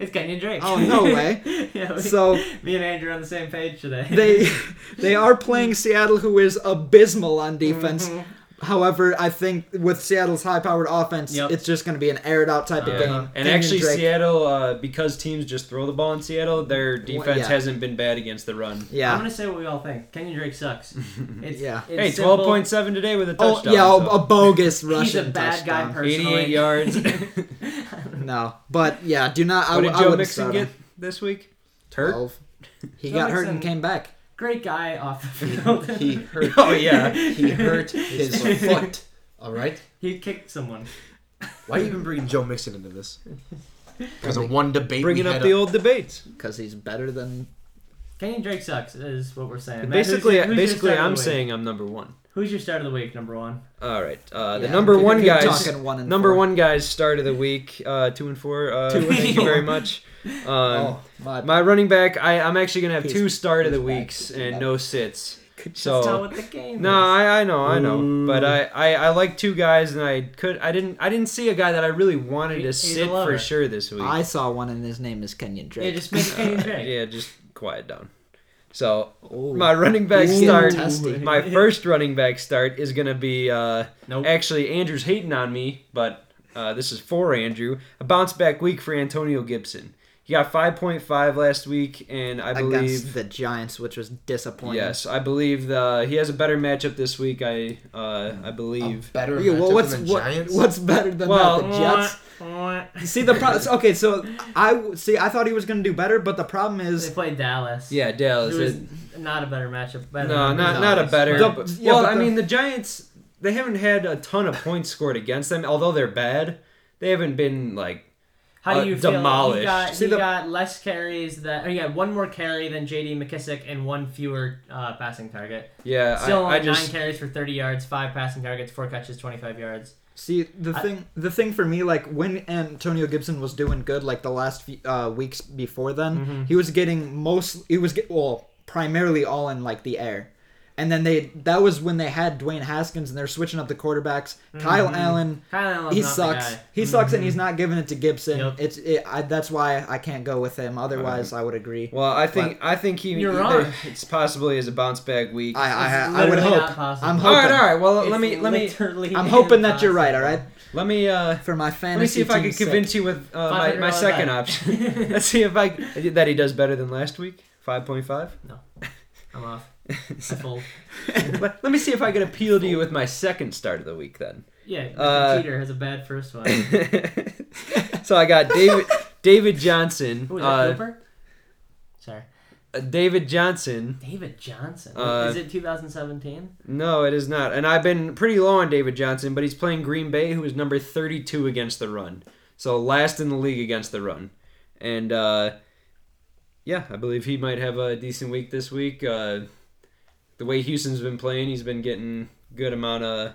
C: It's Kenyon Drake.
A: Oh no way!
C: yeah, we,
A: So
C: me and Andrew are on the same page today.
A: they they are playing Seattle, who is abysmal on defense.
C: Mhm.
A: However, I think with Seattle's high-powered offense,
C: Yep. Uh,
A: it's just going to be an aired out type
B: Yeah.
A: of game.
B: And
A: Kenyon
B: actually,
A: Drake-
B: Seattle, uh, because teams just throw the ball in Seattle, their defense
A: yeah.
B: hasn't been bad against the run.
A: yeah,
C: I'm gonna say what we all think. Kenyon Drake sucks. It's,
A: Yeah.
C: It's
B: hey,
C: simple.
B: twelve point seven today with a
A: oh
B: touchdown.
A: yeah, a,
B: so
A: a bogus rushing
C: He's a bad guy
A: touchdown.
C: personally.
B: eighty-eight yards. what
A: No, but yeah, do not. I,
B: did
A: w- I
B: Joe
A: would
B: Mixon
A: start
B: get
A: him.
B: this week? Turk.
A: Twelve. He
C: Joe
A: got hurt and
C: Mixon-
A: came back.
C: Great guy off the field.
E: He hurt
B: Oh yeah.
E: he hurt his foot. All right.
C: he kicked someone.
E: Why are you even bringing Joe Mixon into this? Because of one debate.
B: Bringing up the old debates.
A: because he's better than
C: Kenyon Drake sucks is what we're saying. Matt, who's
B: Basically,
C: your- who's your
B: basically,
C: start of
B: I'm
C: the week?
B: saying I'm number one.
C: Who's your start of the week, number one?
B: All right. Uh, the
A: Yeah,
B: number
A: keep-
B: one
A: keep
B: guys.
A: talking one and
B: Number
A: four.
B: one guys start of the week. Uh, two and four. Uh,
A: Two and
B: thank you
A: four.
B: very much. Um,
A: Oh, my,
B: My running back. I, I'm actually gonna have
A: He's-
B: two start of the
A: he's back.
B: weeks and no sits.
A: could
B: so-
C: That's
B: Oh.
C: not what the game
B: No,
C: is.
B: I, I know, I know,
E: Ooh.
B: but I, I, I like two guys, and I could, I didn't, I didn't see a guy that I really wanted
C: He-
B: to
C: he's a
B: sit
C: lover.
B: for sure this week.
A: I saw one, and his name is Kenyon
C: Yeah,
A: Drake.
C: just make it Kenyon Drake.
B: yeah, just quiet down. So
A: Ooh.
B: my running back
A: Ooh.
B: start,
A: Testy.
B: my first running back start is gonna be, uh,
C: Nope.
B: actually Andrew's hating on me, but uh, this is for Andrew. A bounce back week for Antonio Gibson. He got 5.5 last week, and I believe
A: against the Giants, which was disappointing.
B: yes, I believe the he has a better matchup this week. I, uh, I believe.
E: better.
A: Yeah, well,
E: matchup
A: what's
E: than the
A: what-
E: Giants?
A: what's better than that?
B: Well,
A: The
C: uh,
A: Jets. See the pro- okay, so I see. I thought he was gonna do better, but the problem
C: They
A: is
C: played Dallas.
B: Yeah, Dallas.
C: It was
B: it-
C: not a better matchup. Better
B: no,
C: than
B: not
A: No,
B: not a
C: Dallas.
B: better.
A: The-
B: but-
A: yeah,
B: well,
A: but
B: I
A: the-
B: mean, the Giants they haven't had a ton of points scored against them, although they're bad. They haven't been like
C: How
B: uh,
C: do you feel?
B: demolished.
C: He got,
A: See
C: he
A: the-
C: got less carries that. Or he got one more carry than J.D. McKissick and one fewer uh, passing target.
B: yeah.
C: Still
B: I, I
C: only nine
B: just
C: carries for 30 yards, five passing targets, four catches, 25 yards.
A: see the
C: I-
A: thing. The thing for me, like when Antonio Gibson was doing good, like the last few, uh, weeks before then, he was getting most. He was get well primarily all in like the air, and then they that was when they had Dwayne Haskins and they're switching up the quarterbacks. Kyle Allen.
C: Kyle Allen's
A: He
C: not the
A: sucks.
C: guy.
A: He sucks, and he's not giving it to Gibson.
C: Yep.
A: It's it, I, that's why I can't go with him. Otherwise, I would agree.
B: well, I think I think he.
C: You're
B: he-
C: wrong.
B: there- It's possibly as a bounce back week.
A: I I,
C: It's
A: I would
C: literally
A: hope.
C: not possible.
A: I'm
B: all
A: hoping.
B: right, all right. Well,
C: It's
B: let me let me
C: literally
A: I'm hoping that
C: impossible.
A: you're right. All right.
B: let me uh
A: For my
B: let me
A: fantasy.
B: see if I
A: team
B: could
A: sake.
B: convince you with uh, my my
C: $500
B: second
C: bet.
B: option. Let's see if I that he does better than last week. Five point five.
C: I'm off. I fold.
B: Let let me see if I can appeal to you with my second start of the week then.
C: Yeah,
B: Uh,
C: Peter has a bad first one.
B: so I got David David Johnson.
C: Who is that
B: Uh,
C: Cooper? Sorry,
B: David Johnson.
C: David Johnson.
B: uh,
C: is it 2017?
B: No, it is not. And I've been pretty low on David Johnson, but he's playing Green Bay, who is number 32 against the run. So last in the league against the run. And uh, yeah, I believe he might have a decent week this week. Uh, the way Houston's been playing, he's been getting good amount of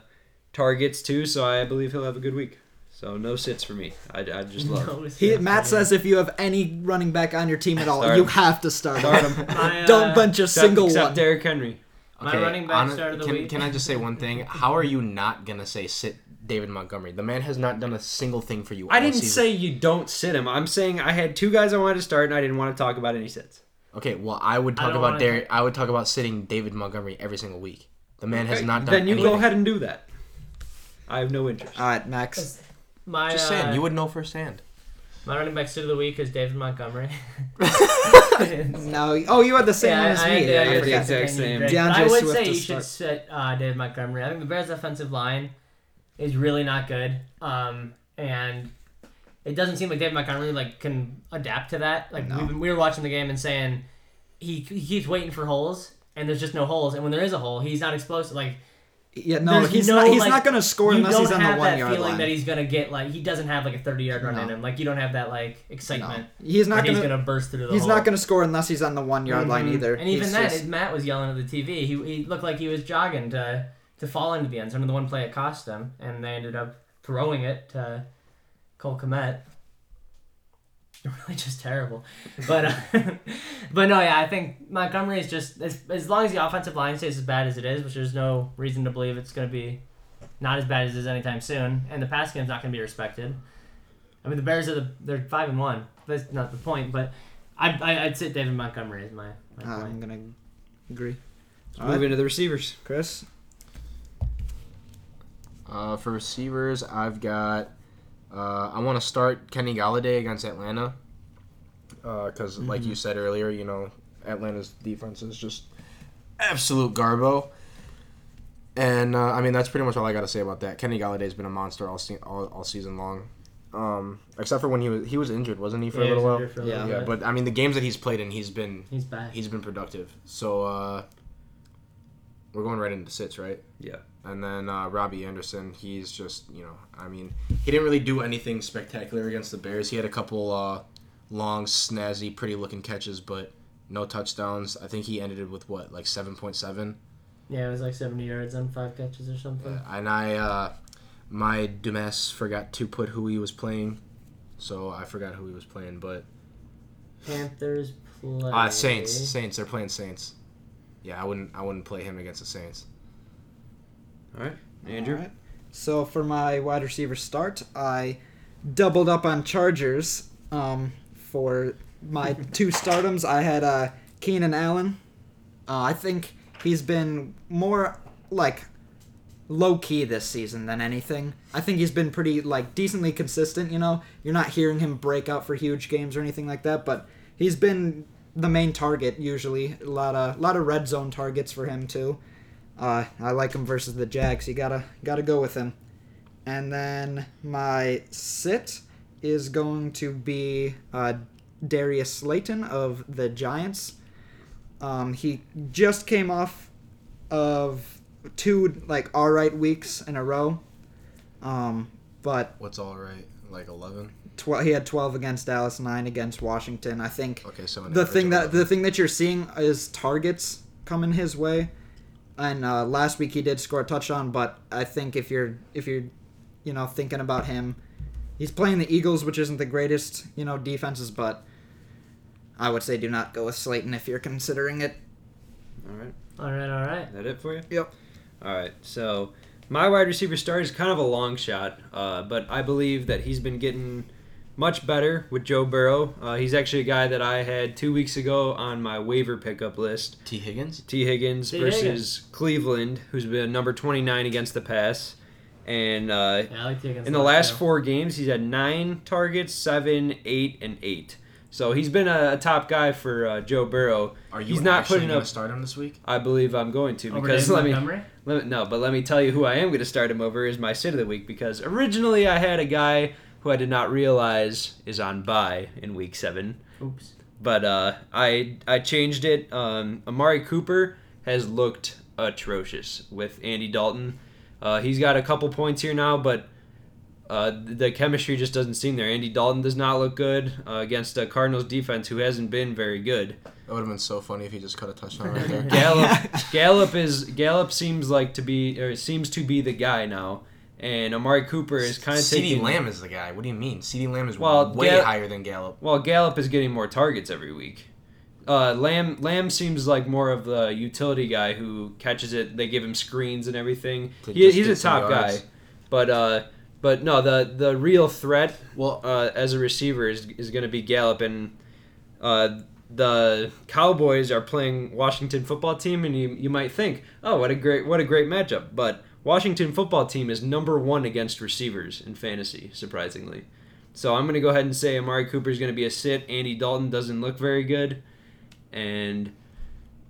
B: targets too. So I believe he'll have a good week. So no sits for me. I, I just love.
C: No, it's
A: He,
C: not
A: Matt
C: funny.
A: says if you have any running back on your team at all,
B: Start
A: you
B: him.
A: have to start
B: Start
A: him.
B: him.
C: My, uh,
A: Don't bench a
B: Except-
A: single
B: except
A: one.
B: Derrick Henry.
C: My running back start of the
E: can,
C: week.
E: Can I just say one thing? How are you not gonna say sit David Montgomery? The man has not done a single thing for you.
B: I
E: all
B: didn't
E: season.
B: say you don't sit him. I'm saying I had two guys I wanted to start and I didn't want to talk about any sits.
E: Okay, well, I would
C: I
E: talk
C: don't
E: about
C: wanna-
E: Derek. I would talk about sitting David Montgomery every single week. The man has
B: Okay,
E: not done.
B: Then you
E: anything.
B: go ahead and do that. I have no interest.
A: All right, Max.
C: my,
E: Just
C: uh,
E: saying, you would know firsthand.
C: my running back start of the week is David Montgomery.
A: No. Oh, you had the same one as me.
B: yeah,
A: I
B: yeah,
A: forgot.
B: yeah, exact same.
C: But
A: DeAndre
C: I would
A: Swift
C: say
A: to
C: you should set uh, David Montgomery. I think the Bears' offensive line is really not good, um, and it doesn't seem like David Montgomery like can adapt to that. Like
A: No.
C: we've been, we were watching the game and saying he, he keeps waiting for holes, and there's just no holes. And when there is a hole, he's not explosive. Like
A: Yeah, no,
C: There's
A: he's
C: no,
A: not. He's
C: like-
A: not going to score
C: you
A: unless
C: don't
A: he's on
C: have
A: the one
C: that
A: yard
C: feeling
A: line.
C: that he's gonna get like he doesn't have like a 30 yard run
A: No.
C: in him. Like you don't have that like
A: no.
C: excitement.
A: He's
C: that
A: not going
C: he's
A: to.
C: gonna burst through the
A: He's
C: hole.
A: not going to score unless he's on the one yard line
C: Mhm.
A: either.
C: And even
A: He's
C: then,
A: just-
C: Matt was yelling at the TV. He, he looked like he was jogging to to fall into the end zone. And the one play it cost him, and they ended up throwing it to Cole Komet. Really, just terrible. But uh, but no, yeah, I think Montgomery is just as, as long as the offensive line stays as bad as it is, which there's no reason to believe it's going to be not as bad as it is anytime soon, and the pass game's not going to be respected. I mean, the Bears are the they're five and one. That's not the point, but I, I I'd sit David Montgomery as my, my
A: I'm
E: Uh,
C: point.
A: going to agree. All
B: Let's
A: right,
B: move into the receivers.
A: Chris.
E: Uh, for receivers, I've got. Uh, I want to start Kenny Galladay against Atlanta. Because, like
C: Mm-hmm.
E: you said earlier, you know, Atlanta's defense is just absolute garbo. And, uh, I mean, that's pretty much all I got to say about that. Kenny Galladay's been a monster all, se- all, all season long. Um, except for when he was he was injured, wasn't he, for
C: Yeah,
E: a little
C: he's
E: while?
C: injured for a
A: Yeah.
C: little
E: Yeah,
C: bit.
E: but I mean, the games that he's played in, he's been
C: he's back.
E: he's been productive. So uh, we're going right into sits, right?
B: Yeah.
E: And then uh, Robbie Anderson, he's just you know, I mean, he didn't really do anything spectacular against the Bears. He had a couple uh, long, snazzy, pretty-looking catches, but no touchdowns. I think he ended it with what, like seven point seven.
C: Yeah, it was like seventy yards on five catches or something.
E: And I, uh, my Dumas forgot to put who he was playing, so I forgot who he was playing. But
C: Panthers play.
E: uh, Saints, Saints, they're playing Saints. Yeah, I wouldn't, I wouldn't play him against the Saints.
B: All right. Andrew.
A: All right. So for my wide receiver start, I doubled up on Chargers. Um, for my two stardoms, I had uh, Keenan Allen. Uh, I think he's been more like low key this season than anything. I think he's been pretty like decently consistent. You know, you're not hearing him break out for huge games or anything like that, but he's been the main target usually. A lot of lot of red zone targets for him too. Uh, I like him versus the Jags. You gotta gotta go with him. And then my sit is going to be uh, Darius Slayton of the Giants. Um, he just came off of two like all right weeks in a row, um, but
E: What's all right? Like eleven?
A: tw- he had twelve against Dallas, nine against Washington. I think
E: Okay, so an
A: the
E: average
A: thing
E: of
A: that
E: 11.
A: the thing that you're seeing is targets coming his way, and uh, last week he did score a touchdown. But I think if you're if you're you know thinking about him, he's playing the Eagles, which isn't the greatest you know defenses, but I would say do not go with Slayton if you're considering it.
B: All right.
C: All right, all right.
B: Is that it for you?
A: Yep.
B: All right. So my wide receiver start is kind of a long shot, uh, but I believe that he's been getting much better with Joe Burrow. Uh, he's actually a guy that I had two weeks ago on my waiver pickup list.
E: T. Higgins.
B: T. Higgins
C: T.
B: versus
C: Higgins.
B: Cleveland, who's been number 29 against the pass, and uh,
C: Yeah, I like Higgins.
B: in the last four games, he's had nine targets, seven, eight, and eight. So he's been a, a top guy for uh, Joe Burrow.
E: Are you
B: He's not
E: actually
B: putting
E: gonna
B: up-
E: start him this week?
B: I believe I'm going to
C: Over
B: because
C: David
B: let me,
C: Montgomery?
B: let me no, but let me tell you who I am going to start him over is my sit of the week because originally I had a guy who I did not realize is on bye in week seven,
C: Oops.
B: but uh, I I changed it. Um, Amari Cooper has looked atrocious with Andy Dalton. Uh, he's got a couple points here now, but Uh, the chemistry just doesn't seem there. Andy Dalton does not look good uh, against the Cardinals defense, who hasn't been very good.
E: That would have been so funny if he just caught a touchdown right there.
B: Gallup, Gallup is Gallup seems like to be or seems to be the guy now, and Amari Cooper is kind of
E: CD
B: taking.
E: Lamb is the guy. What do you mean? CD Lamb is
B: Well,
E: way
B: Gal-
E: higher than Gallup.
B: Well, Gallup is getting more targets every week. Uh, Lamb Lamb seems like more of the utility guy who catches it. They give him screens and everything.
E: To
B: He,
E: just
B: he's a
E: get some
B: top guy,
E: yards.
B: but uh, but no, the the real threat
E: Well,
B: uh, as a receiver is is going to be Gallup, and uh, the Cowboys are playing Washington football team, and you you might think, oh, what a great what a great matchup, but Washington football team is number one against receivers in fantasy, surprisingly. So I'm going to go ahead and say Amari Cooper is going to be a sit. Andy Dalton doesn't look very good, and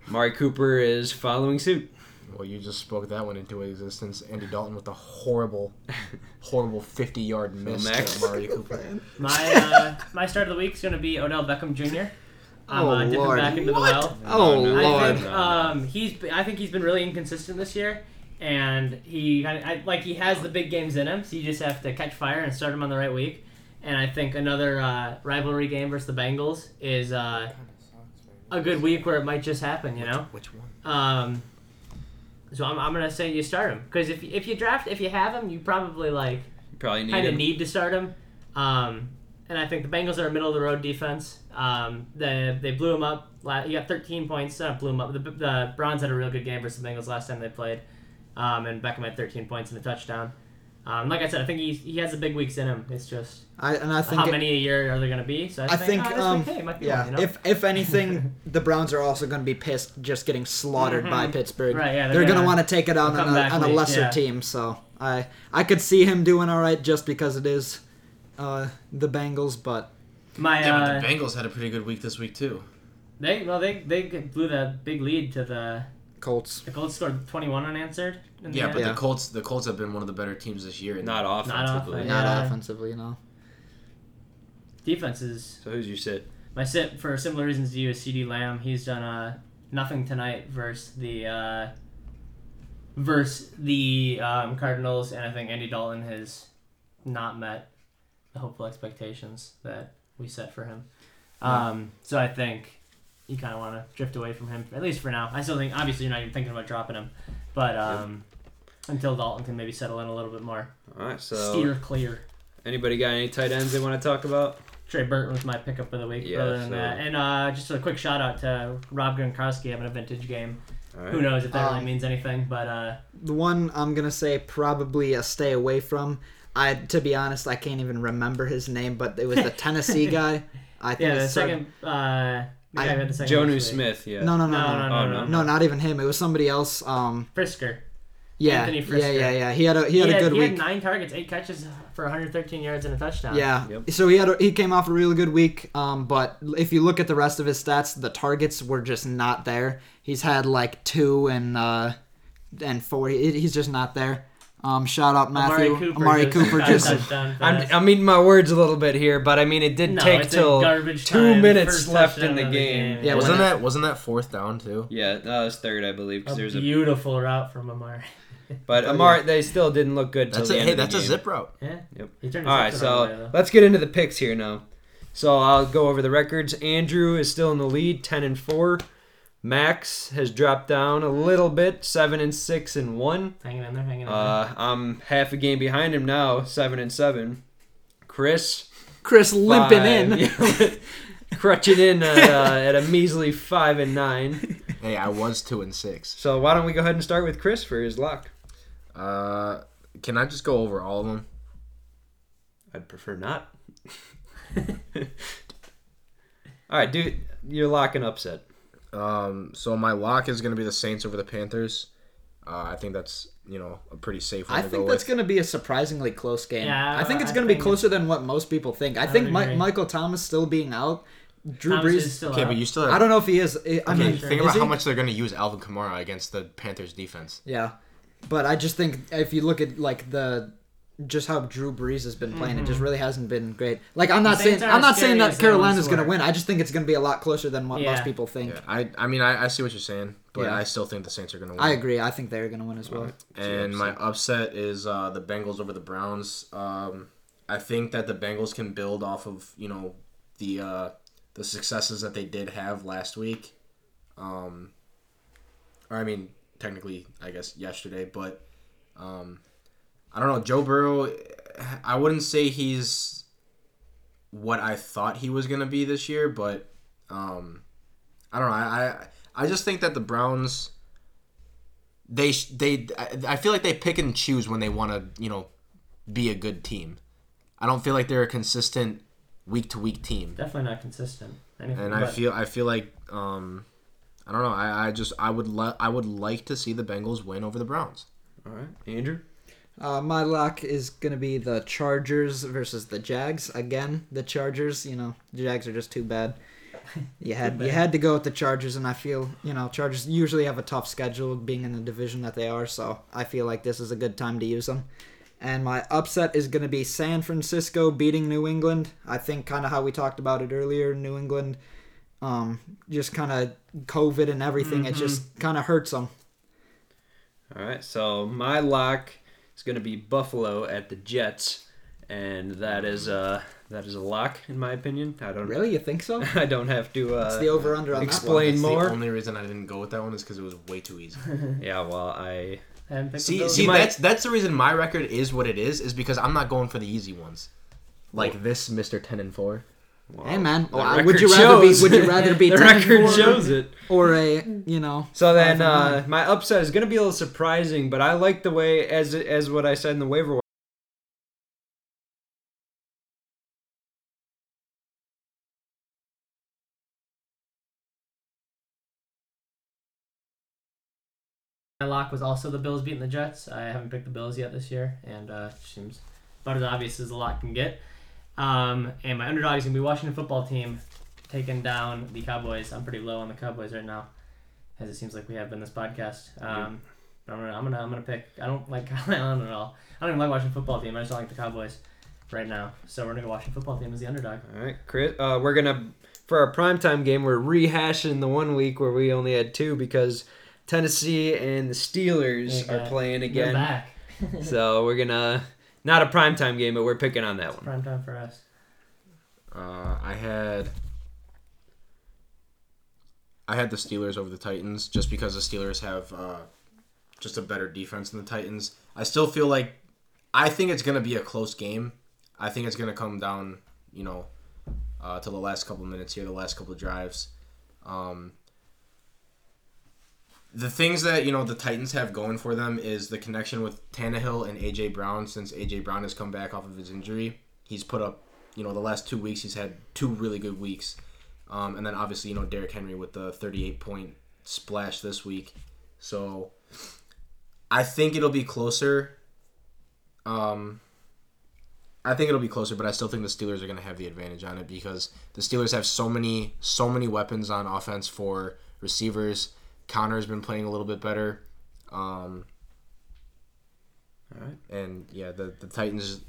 B: Amari Cooper is following suit.
E: Well, you just spoke that one into existence. Andy Dalton with a horrible, horrible 50 yard miss
B: Max.
E: to Amari Cooper.
C: My uh, my start of the week is gonna be Odell Beckham Jr. I'm
A: Oh,
C: uh, dipping
A: Lord.
C: back into
E: What?
C: the well.
A: Oh,
E: No,
A: Lord.
C: I think
B: No, no.
C: um, he's I think he's been really inconsistent this year, and he I, I, like he has the big games in him, so you just have to catch fire and start him on the right week. And I think another uh, rivalry game versus the Bengals is uh, a good week where it might just happen, you know.
E: Which one?
C: Um, so I'm, I'm gonna say you start him because if if you draft if you have him, you probably like
B: You probably need
C: kind of
B: him.
C: need to start him. Um, and I think the Bengals are a middle of the road defense. Um, they, they blew him up. la- He got 13 points. Not blew him up. The, the Browns had a real good game versus the Bengals last time they played. Um, and Beckham had 13 points and a touchdown. Um, like I said, I think he, he has the big weeks in him. It's just
A: I and I think
C: how
A: it-
C: many a year are there going to be? So I,
A: I
C: think,
A: think
C: oh, this
A: um
C: week, hey, might be
A: yeah.
C: one, you know?
A: If if anything, the Browns are also going to be pissed just getting slaughtered by Pittsburgh.
C: Mm-hmm. Right, yeah,
A: They're,
C: they're
A: going to
C: gonna
A: want to take it out
C: come
A: on a,
C: back
A: on a
C: late,
A: lesser
C: yeah.
A: team. So I I could see him doing all right just because it is uh, the Bengals, but
C: My
E: Yeah,
C: uh,
E: but the Bengals had a pretty good week this week, too.
C: they well they they blew that big lead to the
A: Colts.
C: the Colts scored 21 unanswered. in the
E: Yeah, but
C: end.
A: Yeah.
E: the Colts the Colts have been one of the better teams this year.
B: Not offensively.
C: offense.
A: Not
C: Yeah.
A: offensively, you know.
C: defense is
B: So who's your sit?
C: My sit for similar reasons to you is CD Lamb. He's done uh, nothing tonight versus the uh, versus the um, Cardinals, and I think Andy Dalton has not met the hopeful expectations that we set for him. Um, so I think you kind of want to drift away from him at least for now. I still think obviously you're not even thinking about dropping him, but um, until Dalton can maybe settle in a little bit more,
B: All right, so
C: steer clear.
B: anybody got any tight ends they want to talk about?
C: Trey Burton was my pickup of the week.
B: Yeah,
C: other than
B: so-
C: that, and uh, just a quick shout out to Rob Gronkowski having a vintage game.
B: All right.
C: Who knows if that
A: Um,
C: really means anything, but uh,
A: The one I'm going to say probably a stay away from. I to be honest, I can't even remember his name, but it was the Tennessee guy. I think
C: yeah, the
A: it's Sar-
C: second. Uh, the guy
A: I-
C: who had the second
B: Jonu
C: most weight.
B: Smith, yeah.
A: No, no, no,
C: No, no,
B: Oh,
C: no,
B: no.
C: no.
A: no, not even him. It was somebody else. Um,
C: Frisker.
A: yeah,
C: Anthony
A: yeah,
C: Frisker.
A: yeah, yeah. He had a he
C: He
A: had
C: had,
A: a good
C: he
A: week.
C: had nine targets, eight catches for 113 yards and a touchdown.
A: Yeah.
B: Yep.
A: So he had a, he came off a really good week, um, but if you look at the rest of his stats, the targets were just not there. He's had like two and uh, and four. He, he's just not there. Um, shout out
C: Amari
A: Matthew
C: Cooper.
A: Amari
C: just
A: Cooper
C: got a
A: just
C: touchdown
B: I'm,
C: pass.
B: I'm eating my words a little bit here, but I mean it did
C: No,
B: take
C: it's a
B: till
C: garbage
B: two
C: time,
B: minutes
C: first
B: left in
C: touchdown
B: the
C: of the
B: game.
C: game.
A: Yeah,
E: wasn't
A: when-
E: that wasn't that fourth down too?
B: Yeah, that was third, I believe, because
C: a
B: there's a
C: beautiful route from Amari.
B: but Amari they still didn't look good till
E: That's
B: the
E: a,
B: end
E: hey,
B: of the
E: that's a
B: game.
E: zip route.
C: Yeah.
B: Yep.
C: He turned his
B: All right,
C: hips around there,
B: so
C: though.
B: let's get into the picks here now. So I'll go over the records. Andrew is still in the lead, ten and four. Max has dropped down a little bit, seven and six and one.
C: hanging in there, hanging in
B: Uh, I'm half a game behind him now, seven and seven. Chris
A: Chris limping in.
B: in, crutching in at, uh, at a measly five and nine.
E: Hey, I was two and six.
B: So why don't we go ahead and start with Chris for his lock?
E: Uh, can I just go over all of them?
B: I'd prefer not. All right, dude, you're locking upset.
E: Um, so my lock is gonna be the Saints over the Panthers. Uh, I think that's you know a pretty safe one
A: I
E: to
A: think
E: go
A: that's
E: with.
A: going to be a surprisingly close game.
C: Yeah,
A: I think it's
C: I
A: going to be
C: think
A: closer than what most people think. I, think
C: would
A: Mi-
C: agree.
A: Michael Thomas still being out, Drew
C: there. Thomas is
A: Brees.
C: still
E: okay,
C: out.
E: but you still have.
A: I don't know if he is. I I mean,
E: Okay, think
A: is
E: about
A: he?
E: how much they're gonna use Alvin Kamara against the Panthers defense.
A: Yeah, but I just think if you look at like the just how Drew Brees has been playing. It
C: Mm-hmm.
A: just really hasn't been great. Like I'm not
C: the
A: saying
C: Saints aren't
A: I'm not
C: as
A: saying
C: scary
A: that
C: as they once
A: Carolina's going to
C: were.
A: win. I just think it's going to be a lot closer than what most
C: Yeah.
A: people think.
E: Yeah, I I mean I, I see what you're saying, but
A: Yeah.
E: I still think the Saints are gonna win.
A: I agree. I think they're going to win as well.
E: And my upset is uh, the Bengals over the Browns. Um, I think that the Bengals can build off of you know the uh, the successes that they did have last week, um, or I mean technically I guess yesterday, but um, I don't know Joe Burrow. I wouldn't say he's what I thought he was gonna be this year, but um, I don't know. I, I I just think that the Browns they sh- they I I feel like they pick and choose when they want to you know be a good team. I don't feel like they're a consistent week to week team,
C: Definitely not consistent. Anything
E: and I
C: but-
E: feel I feel like um I don't know I, I just I would li- I would like to see the Bengals win over the Browns.
B: All right, Andrew.
A: Uh, my lock is going to be the Chargers versus the Jags again. The Chargers, you know, the Jags are just too bad. You had you had to go with the Chargers, and I feel you know Chargers usually have a tough schedule, being in the division that they are. So I feel like this is a good time to use them. And my upset is going to be San Francisco beating New England. I think kind of how we talked about it earlier. New England, um, just kind of COVID and everything. It just kind of hurts them.
B: All right, so my lock is going to be Buffalo at the Jets, and that is uh that is a lock in my opinion. I don't
A: Really, you think so?
B: I don't have to uh,
A: It's the over under on that one.
B: explain more.
E: The only reason I didn't go with that one is because it was way too easy.
B: yeah, well, I
C: I haven't picked
E: see,
C: up
E: see,
C: those.
B: might-
E: that's that's the reason my record is what it is is because I'm not going for the easy ones, like this Mister Ten and Four.
B: well,
A: Hey man,
B: the
A: well, I-
B: record
A: would you rather
B: shows.
A: be would you rather be
B: the
A: 10 and
B: record
A: four
B: shows it.
A: or a you know?
B: So then,
A: five and
B: uh, my upset is going to be a little surprising, but I like the way as as what I said in the waiver wire.
C: My lock was also the Bills beating the Jets. I haven't picked the Bills yet this year, and uh, it seems about as obvious as the lock can get. Um, and my underdog is gonna be Washington football team taking down the Cowboys. I'm pretty low on the Cowboys right now, as it seems like we have been this podcast. Um, but I'm gonna, I'm gonna, I'm gonna pick. I don't like Kyle Allen at all. I don't even like Washington football team. I just don't like the Cowboys right now. So we're gonna go Washington football team as the underdog.
B: All right, Chris, uh, we're gonna for our primetime game. We're rehashing the one week where we only had two because Tennessee and the Steelers
C: Yeah,
B: are playing
C: You're
B: again.
C: back.
B: so we're gonna not a primetime game, but we're picking on that one.
C: Prime time for us.
E: Uh, I had I had the Steelers over the Titans just because the Steelers have uh, just a better defense than the Titans. I still feel like I think it's gonna be a close game. I think it's gonna come down, you know, uh, to the last couple minutes here, the last couple drives. Um, the things that you know the Titans have going for them is the connection with Tannehill and AJ Brown. Since AJ Brown has come back off of his injury, he's put up you know the last two weeks he's had two really good weeks, um, and then obviously you know Derrick Henry with the 38 point splash this week. So I think it'll be closer. Um, I think it'll be closer, but I still think the Steelers are going to have the advantage on it because the Steelers have so many so many weapons on offense for receivers. Connor's been playing a little bit better. Um,
B: All right.
E: and yeah, the the Titans,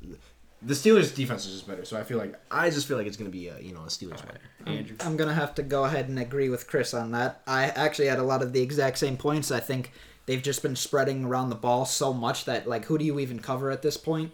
E: the Steelers defense is just better. So I feel like I just feel like it's going to be a you know a Steelers win.
B: Andrew.
A: I'm gonna have to go ahead and agree with Chris on that. I actually had a lot of the exact same points. I think they've just been spreading around the ball so much that like who do you even cover at this point?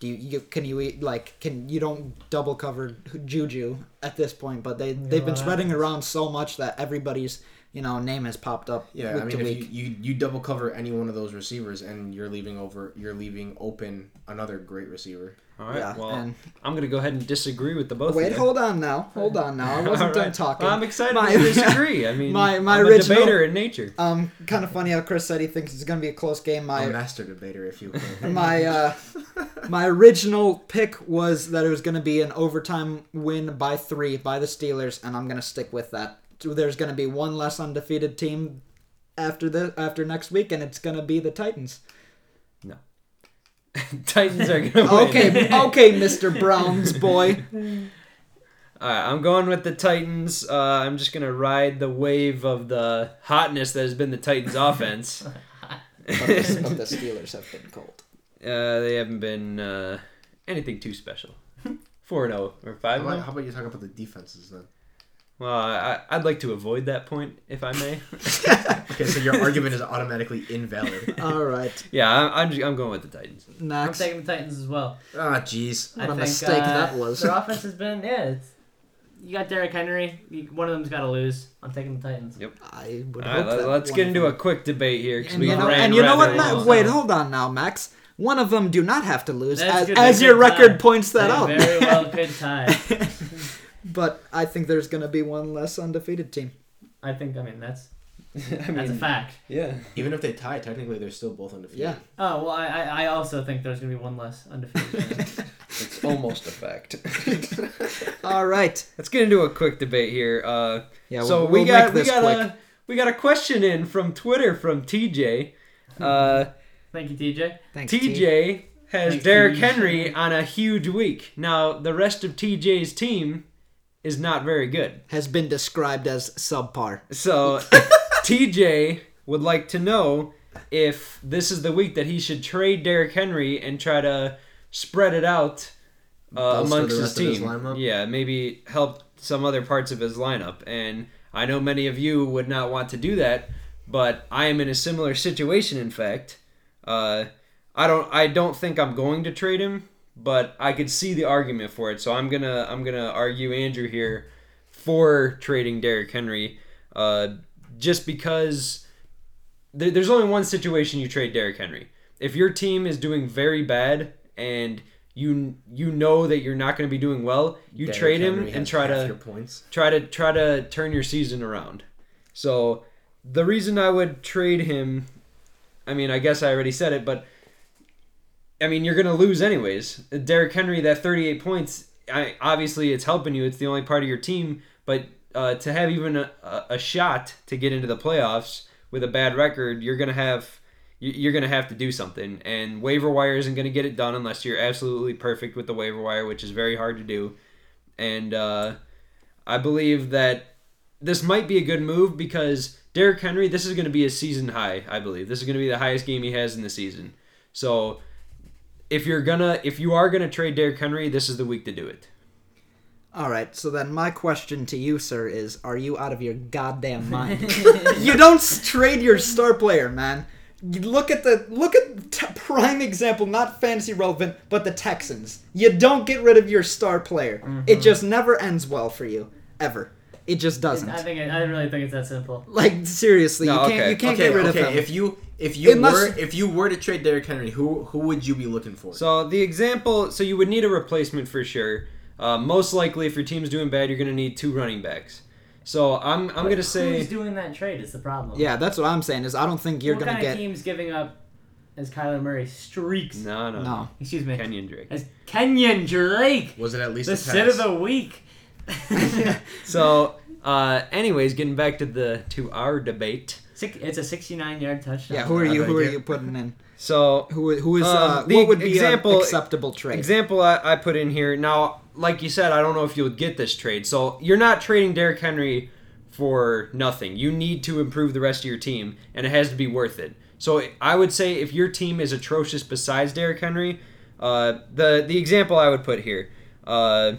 A: Do you, you can you e- like can you don't double cover Juju at this point? But they they've been
C: that
A: spreading
C: happens.
A: around so much that everybody's you know name has popped up
E: Yeah,
A: week
E: I mean,
A: to
E: if
A: week.
E: you, you you double cover any one of those receivers, and you're leaving over, you're leaving open another great receiver.
B: All right.
A: Yeah,
B: well,
A: and-
B: I'm gonna go ahead and disagree with the both.
A: Wait,
B: of you.
A: hold on now, hold on now. I wasn't
B: All
A: done
B: right.
A: talking.
B: Well, I'm excited
A: My-
B: to disagree. I mean,
A: my- my
B: I'm
A: original-
B: a debater in nature.
A: Um, kind of funny how Chris said he thinks it's gonna be a close game.
E: A
B: Oh,
A: My
E: master debater, if you will.
A: my uh, my original pick was that it was gonna be an overtime win by three by the Steelers, and I'm gonna stick with that. So There's gonna be one less undefeated team after the after next week, and it's gonna be the Titans.
B: Titans are gonna win.
A: Okay, okay, Mr. Browns boy.
B: All right, I'm going with the Titans. Uh, I'm just gonna ride the wave of the hotness that has been the Titans' offense.
A: But the, but the Steelers have been cold.
B: Uh, they haven't been uh, anything too special. Four and zero or
E: How
B: five.
E: about, how about you talk about the defenses then?
B: Well, I, I'd like to avoid that point if I may.
E: Okay, so your argument is automatically invalid.
A: All right,
B: yeah, I'm, I'm, just, I'm going with the Titans.
C: I'm
A: next.
C: taking the Titans as well.
E: Ah, jeez.
A: What a mistake that was.
C: Their offense has been yeah. It's, you got Derrick Henry. You, one of them's got to lose. I'm taking the Titans.
A: I would
B: All right,
A: hope that
B: let, us
A: one
B: get
A: of
B: into a
A: them-
B: quick debate here because
A: And
B: we
A: you know,
B: ran
A: and you know what?
B: rather
C: Matt?
A: Not,
B: long.
A: wait, hold on now, Max. One of them do not have to lose,
C: That's
A: as,
C: good,
A: as
C: they
A: your
C: could
A: record
C: tie.
A: points that
C: They
A: out.
C: Very well could tie.
A: but I think there's going to be one less undefeated team.
C: I think. I mean that's
B: I
C: that's a
B: mean,
C: fact.
B: yeah.
E: Even if they tie, technically they're still both undefeated.
A: Yeah.
C: Oh well, I I I also think there's gonna be one less undefeated.
B: It's almost a fact.
A: All right.
B: Let's get into a quick debate here. Uh,
A: Yeah.
B: so
A: we'll,
B: we
A: we'll
B: got
A: make
B: we
A: this
B: got
A: quick.
B: a we got a question in from Twitter from TJ. Uh,
C: Thank you, TJ.
A: Thanks, T.
B: TJ has
C: Thanks,
B: Derrick
C: TJ.
B: Henry on a huge week. Now the rest of TJ's team is not very good.
A: has been described as subpar.
B: So TJ would like to know if this is the week that he should trade Derrick Henry and try to spread it out uh,
E: Bolster the
B: amongst his
E: rest of his
B: team.
E: lineup?
B: yeah, maybe help some other parts of his lineup. And I know many of you would not want to do that, but I am in a similar situation. In fact, uh, I don't. I don't think I'm going to trade him, but I could see the argument for it. So I'm gonna. I'm gonna argue Andrew here for trading Derrick Henry, uh, just because there, there's only one situation you trade Derrick Henry. If your team is doing very bad and you you know that you're not going to be doing well, you
E: Derrick
B: trade him
E: Henry
B: and
E: has
B: try
E: half
B: to
E: your points.
B: try to try to turn your season around. So the reason I would trade him, I mean, I guess I already said it, but I mean, you're gonna lose anyways. Derrick Henry, that 38 points, I, obviously it's helping you. It's the only part of your team, but uh, to have even a, a- a shot to get into the playoffs with a bad record, you're gonna have you- you're gonna have to do something. And waiver wire isn't gonna get it done unless you're absolutely perfect with the waiver wire, which is very hard to do. And uh, I believe that this might be a good move because Derrick Henry, this is going to be a season high. I believe this is going to be the highest game he has in the season. So if you're gonna, if you are gonna trade Derrick Henry, this is the week to do it.
A: All right, so then my question to you, sir, is: Are you out of your goddamn mind? you don't s- trade your star player, man. You look at the look at t- prime example, not fantasy relevant, but the Texans. You don't get rid of your star player.
C: Mm-hmm.
A: It just never ends well for you, ever. It just doesn't.
C: I think I, I really think it's that simple.
A: like seriously,
B: No,
A: you can't
B: okay.
A: you can't
E: okay,
A: get rid
E: okay.
A: of him.
E: If you if you
A: Unless-
E: were if you were to trade Derrick Henry, who who would you be looking for?
B: So the example, so you would need a replacement for sure. Uh, most likely, if your team's doing bad, you're gonna need two running backs. So I'm, I'm gonna
C: who's
B: say
C: doing that trade is the problem.
A: yeah, that's what I'm saying. Is I don't think you're
C: what
A: gonna
C: kind
A: get
C: of team's giving up as Kyler Murray streaks?
B: no, no,
A: no.
B: no.
C: Excuse me.
B: Kenyon Drake.
C: As Kenyon Drake,
E: was it at least
C: the
E: a
C: sit of
E: pass?
C: the week.
B: So, uh, anyways, getting back to the to our debate.
C: Six, it's a 69 yard touchdown.
A: Yeah, who are you?
E: I
A: Who are
E: think it-
A: you putting in?
B: So
A: Who who is
B: Um,
A: uh,
B: the
A: what would be
B: example-
A: an acceptable trade?
B: Example I, I put in here. Now, like you said, I don't know if you'll get this trade. So you're not trading Derrick Henry for nothing. You need to improve the rest of your team, and it has to be worth it. So I would say if your team is atrocious besides Derrick Henry, uh, the the example I would put here, uh,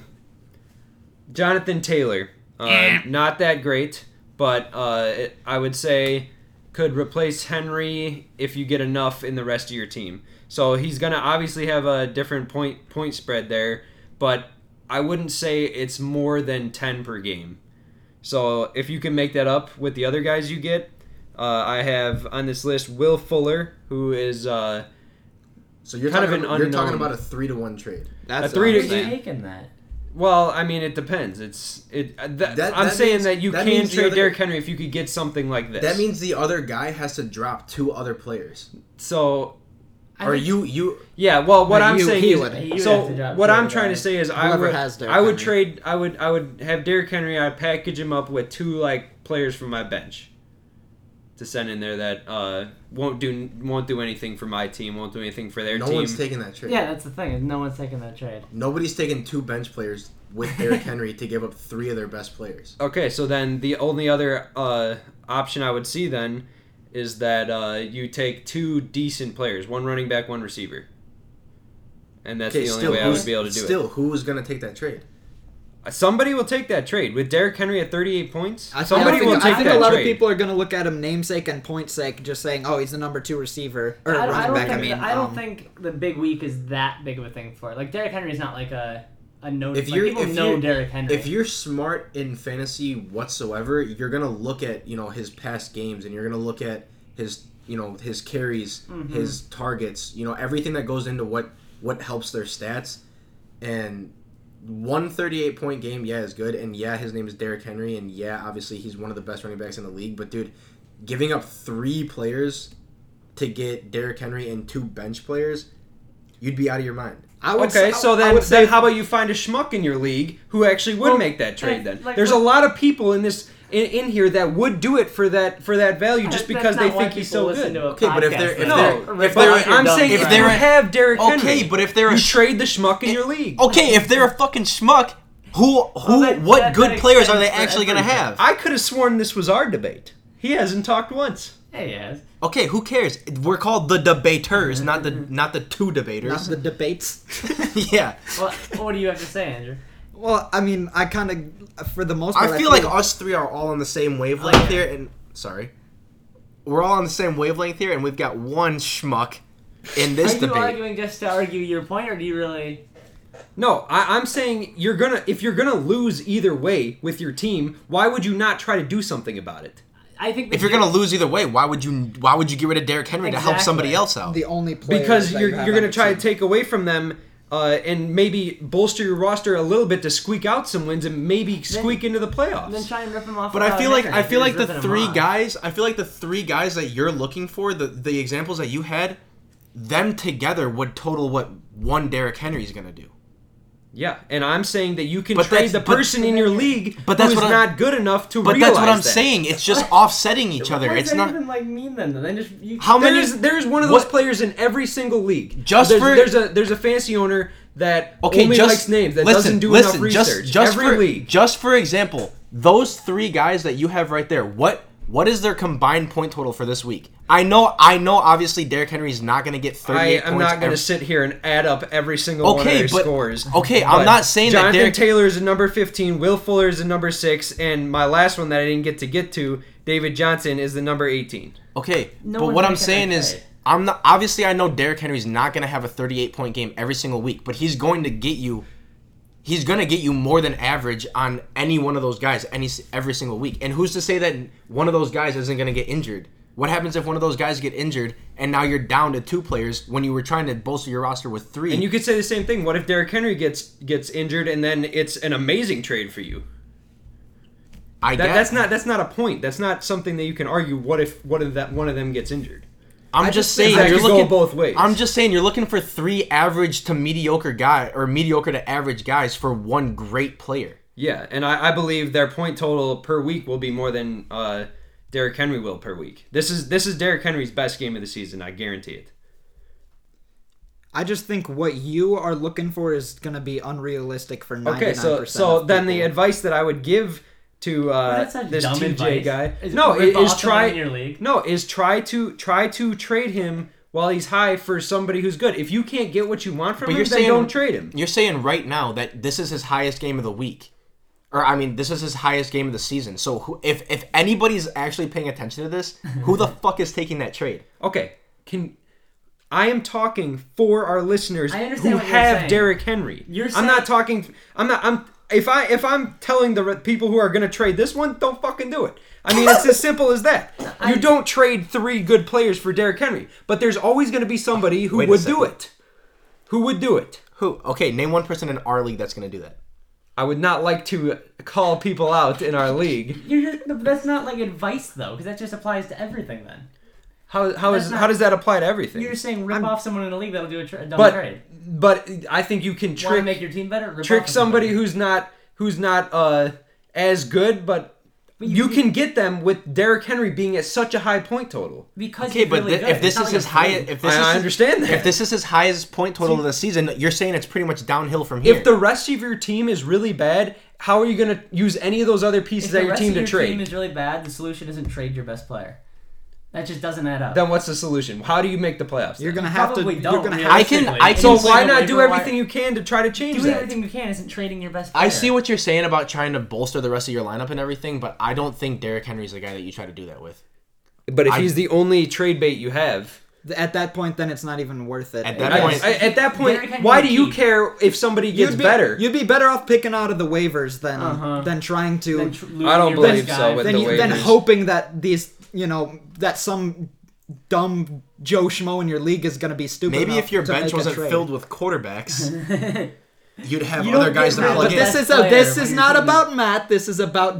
B: Jonathan Taylor, uh, not that great, but uh, it- I would say could replace Henry if you get enough in the rest of your team. So he's gonna obviously have a different point point spread there, but I wouldn't say it's more than ten per game. So if you can make that up with the other guys you get, uh, I have on this list Will Fuller, who is uh,
E: so you're
B: kind of
E: talking,
B: an
E: you're talking
B: unknown.
E: about a three to one trade.
A: That's
B: a three
A: what
B: to-
A: I'm
C: Who's
A: saying.
C: taking that?
B: well, I mean it depends. It's it. uh, That,
E: That-
B: I'm
E: that
B: saying
E: means-
B: that you can
E: that means the
B: trade
E: other-
B: Derrick Henry if you could get something like this.
E: That means the other guy has to drop two other players.
B: so
C: I
E: or
C: think-
E: you you
B: Yeah, well, what
A: No,
B: I'm
A: you-
B: saying
A: he
B: is,
A: would.
C: He would
B: so
C: have to drop
B: what
C: Derrick
B: I'm trying
C: Henry.
B: to say is, I
A: Whoever
B: would,
A: has Derrick
B: I would
A: Henry.
B: trade, I would, I would have Derrick Henry. I would package him up with two like players from my bench to send in there that uh, won't do won't do anything for my team, won't do anything for their
E: no
B: team.
E: one's taking that trade.
C: Yeah, that's the thing. is No one's taking that trade.
E: Nobody's taking two bench players with Derrick Henry to give up three of their best players.
B: okay, so then the only other uh, option I would see then is that uh, you take two decent players, one running back, one receiver. and that's
F: Okay,
B: the only
F: still,
B: way I would
F: who's-
B: be able to do
F: Still, who is going to take that trade?
B: it. Somebody will take that trade with Derrick Henry at 38 points.
A: I, think- I
B: somebody
A: think,
B: will take
A: I think
B: that
A: a lot
B: trade.
A: of people are going to look at him namesake and point sake, just saying, "Oh, he's the number two receiver or
C: I don't,
A: running
C: I don't
A: back."
C: think
A: I mean,
C: the, I don't
A: um,
C: think the big week is that big of a thing for it. Like Derrick Henry's not like a a known.
F: If
C: like,
F: you're-
C: people
F: if
C: know
F: you're-
C: Derrick Henry.
F: If you're smart in fantasy whatsoever, you're gonna look at you know his past games and you're gonna look at his you know his carries, his targets, you know everything that goes into what what helps their stats. And one 38 point game, yeah, is good. And yeah, his name is Derrick Henry, and yeah, obviously he's one of the best running backs in the league. But dude, giving up three players to get Derrick Henry and two bench players, you'd be out of your mind.
A: I would say,
B: Okay, so
A: I
B: then,
A: would say
B: then how about you find a schmuck in your league who actually would
C: Well,
B: make that trade?
C: like-
B: Then
C: like
B: there's a
C: what-
B: lot of people in this in, in here that would do it for that for that value just
C: That's
B: because
C: not
B: they
C: why
B: think he's
C: people
B: so
C: listen
B: good.
C: to a
F: Okay, but if
C: podcast
F: they're-
C: like
F: if
C: that.
F: they're-
B: No,
C: Or
B: if
C: fuck
B: they're,
C: your
B: I'm
C: dumb
B: saying if
C: friend.
B: you
E: they're-
B: have Derrick
E: Okay,
B: Henry,
E: but if they're
B: you
E: a-
B: trade the schmuck in your league.
E: Okay, if they're a fucking schmuck, who who
C: Well, that-
E: what
C: that-
E: good
C: that
E: players are they
C: extends to
E: actually going to
C: everything.
E: have?
B: I could have sworn this was our debate. He hasn't talked once.
C: Hey, yes.
E: Okay, who cares? We're called the debaters, not the not the two
A: not
E: debaters.
A: the debates.
E: yeah.
C: Well, what do you have to say, Andrew?
A: well, I mean, I kind of, for the most part,
E: I
F: I feel like us three are all on the same wavelength
C: Oh, yeah.
E: here, and sorry, we're all on the same wavelength here, and we've got one schmuck in this
C: are you
E: debate.
C: arguing just to argue your point, or do you really?
B: No, I, I'm saying you're gonna if you're gonna lose either way with your team, why would you not try to do something about it?
C: I think that
E: If you're
C: you-
E: gonna lose either way, why would you? Why would you get rid of Derrick Henry to help somebody
C: Exactly.
E: else out?
A: the only player
B: because you're you're gonna try to take away from them. Uh, and maybe bolster your roster a little bit to squeak out some wins and maybe squeak into the playoffs.
C: then try and rip him off.
E: But I
C: without
E: feel like
C: Henry,
E: I
C: if
E: feel
C: you're
E: like
C: just
E: the
C: ripping him
E: three
C: off.
E: guys. I feel like the three guys that you're looking for, the the examples that you had, them together would total what one Derrick Henry's gonna do.
B: Yeah, and I'm saying that you can
E: But
B: trade
E: that's-
B: the
E: but-
B: person in your league
E: but that's
B: who's
E: what I'm-
B: not good enough to
E: But
B: realize
E: that's what I'm
B: that.
E: saying. It's just offsetting each other.
C: Why does
E: It's
C: that
E: not.
C: even like mean then. Then just you,
E: How
B: There
E: many?
B: is there is one of
E: What-
B: those players in every single league.
E: Just
B: there's,
E: for-
B: there's a there's a fancy owner that
E: okay,
B: only
E: just
B: likes names that
E: listen,
B: doesn't do
E: listen,
B: enough research.
E: Just, just
B: every
E: for,
B: league.
E: just for example, those three guys that you have right there, what what is their combined point total for this week? I know, I know. Obviously, Derrick Henry's not going to get
B: I
E: thirty-eight
B: am
E: points.
B: not going to
E: every-
B: sit here and add up every single one of
E: Okay,
B: their
E: but-
B: scores.
E: okay, I'm
B: but
E: not saying that
B: Jonathan
E: Derek-
B: Taylor is a number 15, Will Fuller is a number 6, and my last one that I didn't get to get to, David Johnson is the number 18.
E: Okay,
C: No
E: but
C: one's
E: what I'm
C: making
E: saying
C: that
E: is,
C: trade.
E: I'm not. Obviously, I know Derrick Henry's not going to have a 38 point game every single week, but he's going to get you. He's going to get you more than average on any one of those guys any s- every single week. And who's to say that one of those guys isn't going to get injured? What happens if one of those guys get injured and now you're down to two players when you were trying to bolster your roster with three?
B: And you could say the same thing. What if Derrick Henry gets gets injured and then it's an amazing trade for you?
E: I
B: That,
E: guess
B: That's not that's not a point. That's not something that you can argue. What if what if that one of them gets injured?
A: I
E: I'm just,
A: just think
E: saying
B: that
E: you're
B: could go
E: looking
B: both ways.
E: I'm just saying you're looking for three average to mediocre guy or mediocre to average guys for one great player.
B: Yeah, and I, I believe their point total per week will be more than uh, Derrick Henry will per week. This is this is Derrick Henry's best game of the season. I guarantee it.
A: I just think what you are looking for is gonna be unrealistic for ninety nine
B: Okay,
A: percent.
B: so so then the advice that I would give to
C: Well,
B: uh,
C: that's not
B: this
C: dumb
B: TJ
C: advice.
B: guy,
C: Is
B: no,
C: rip
B: it is
C: off someone
B: try
C: in your league?
B: no is try to try to trade him while he's high for somebody who's good. If you can't get what you want from
E: But
B: him,
E: you're
B: then
E: saying-
B: don't trade him.
E: You're saying right now that this is his highest game of the week, or I mean, this is his highest game of the season. So who, if if anybody's actually paying attention to this, who the fuck is taking that trade?
B: Okay, can I am talking for our listeners
C: I
B: who
C: understand what you're
B: have
C: saying.
B: Derrick Henry.
C: You're
B: I'm not
C: saying-
B: talking. I'm not. I'm. If I if I'm telling the re- people who are going to trade this one, don't fucking do it. I mean, it's as simple as that. You don't trade three good players for Derrick Henry, but there's always going to be somebody who
E: Wait a
B: would do
E: second.
B: it. Who would do it?
E: Who? Okay, name one person in our league that's gonna do that.
B: I would not like to call people out in our league.
C: You're just, no, but that's not like advice though, because that just applies to everything. Then
B: How how is
C: That's not-
B: how does that apply to everything?
C: you're saying rip off someone in the league that'll do a, tra- a dumb
B: but
C: trade.
B: but I think you can
C: Want to
B: trick
C: make your team better? Rip
B: trick
C: off
B: somebody who's not who's not uh as good, but you, can get them with Derrick Henry being at such a high point total.
C: because
E: Okay,
C: he's
E: but
C: really
E: thi-
C: good.
E: if
C: It's
E: this
C: not
E: is
C: like
E: his
C: a
E: highest,
C: trade.
E: if this
B: I-
E: is
B: I understand that.
E: if this is his highest point total of the season, you're saying it's pretty much downhill from here.
B: If the rest of your team is really bad, how are you going to use any of those other pieces
C: If the
B: of your
C: rest
B: team
C: of
B: to
C: your
B: trade?
C: team is really bad, the solution isn't trade your best player. That just doesn't add up.
B: Then what's the solution? How do you make the playoffs?
A: You're
B: then?
A: gonna have
C: Probably
A: to.
C: don't,
A: You're gonna have.
D: I can. I
C: Realistically,
D: can.
B: So
C: He's
B: why
C: like a
B: not
C: waiver
B: do
C: wire.
B: everything you can to try to change
C: Do
B: that?
C: everything you can. Isn't trading your best?
D: I
C: player.
D: see what you're saying about trying to bolster the rest of your lineup and everything, but I don't think Derrick Henry's the guy that you try to do that with.
B: But if
D: I-
B: he's the only trade bait you have,
A: At that point, then it's not even worth it.
D: At
B: I-
D: that point-
B: I- at that
C: Derrick
B: point,
C: Henry
B: why
C: would
B: do you
C: keep.
B: care if somebody
A: you'd
B: gets
A: be,
B: better?
A: You'd be better off picking out of the waivers than
C: Uh-huh.
A: than trying to
C: Than tr- losing
B: I don't
C: your best
B: believe so,
C: guy.
B: but-
A: than,
B: the
A: you- than
B: waivers.
A: hoping that these you know that some dumb Joe Schmo in your league is going to be stupid.
D: Maybe
A: enough
D: if your
A: to
D: bench
A: make a
D: wasn't
A: trade.
D: filled with quarterbacks,
E: You'd have
C: You don't
E: other guys
C: get
E: to
C: rid of
E: plug
A: But
C: the
E: in.
A: this is
C: player
A: this
C: when
A: is
C: you're
A: not
C: taking-
A: about Matt. This is about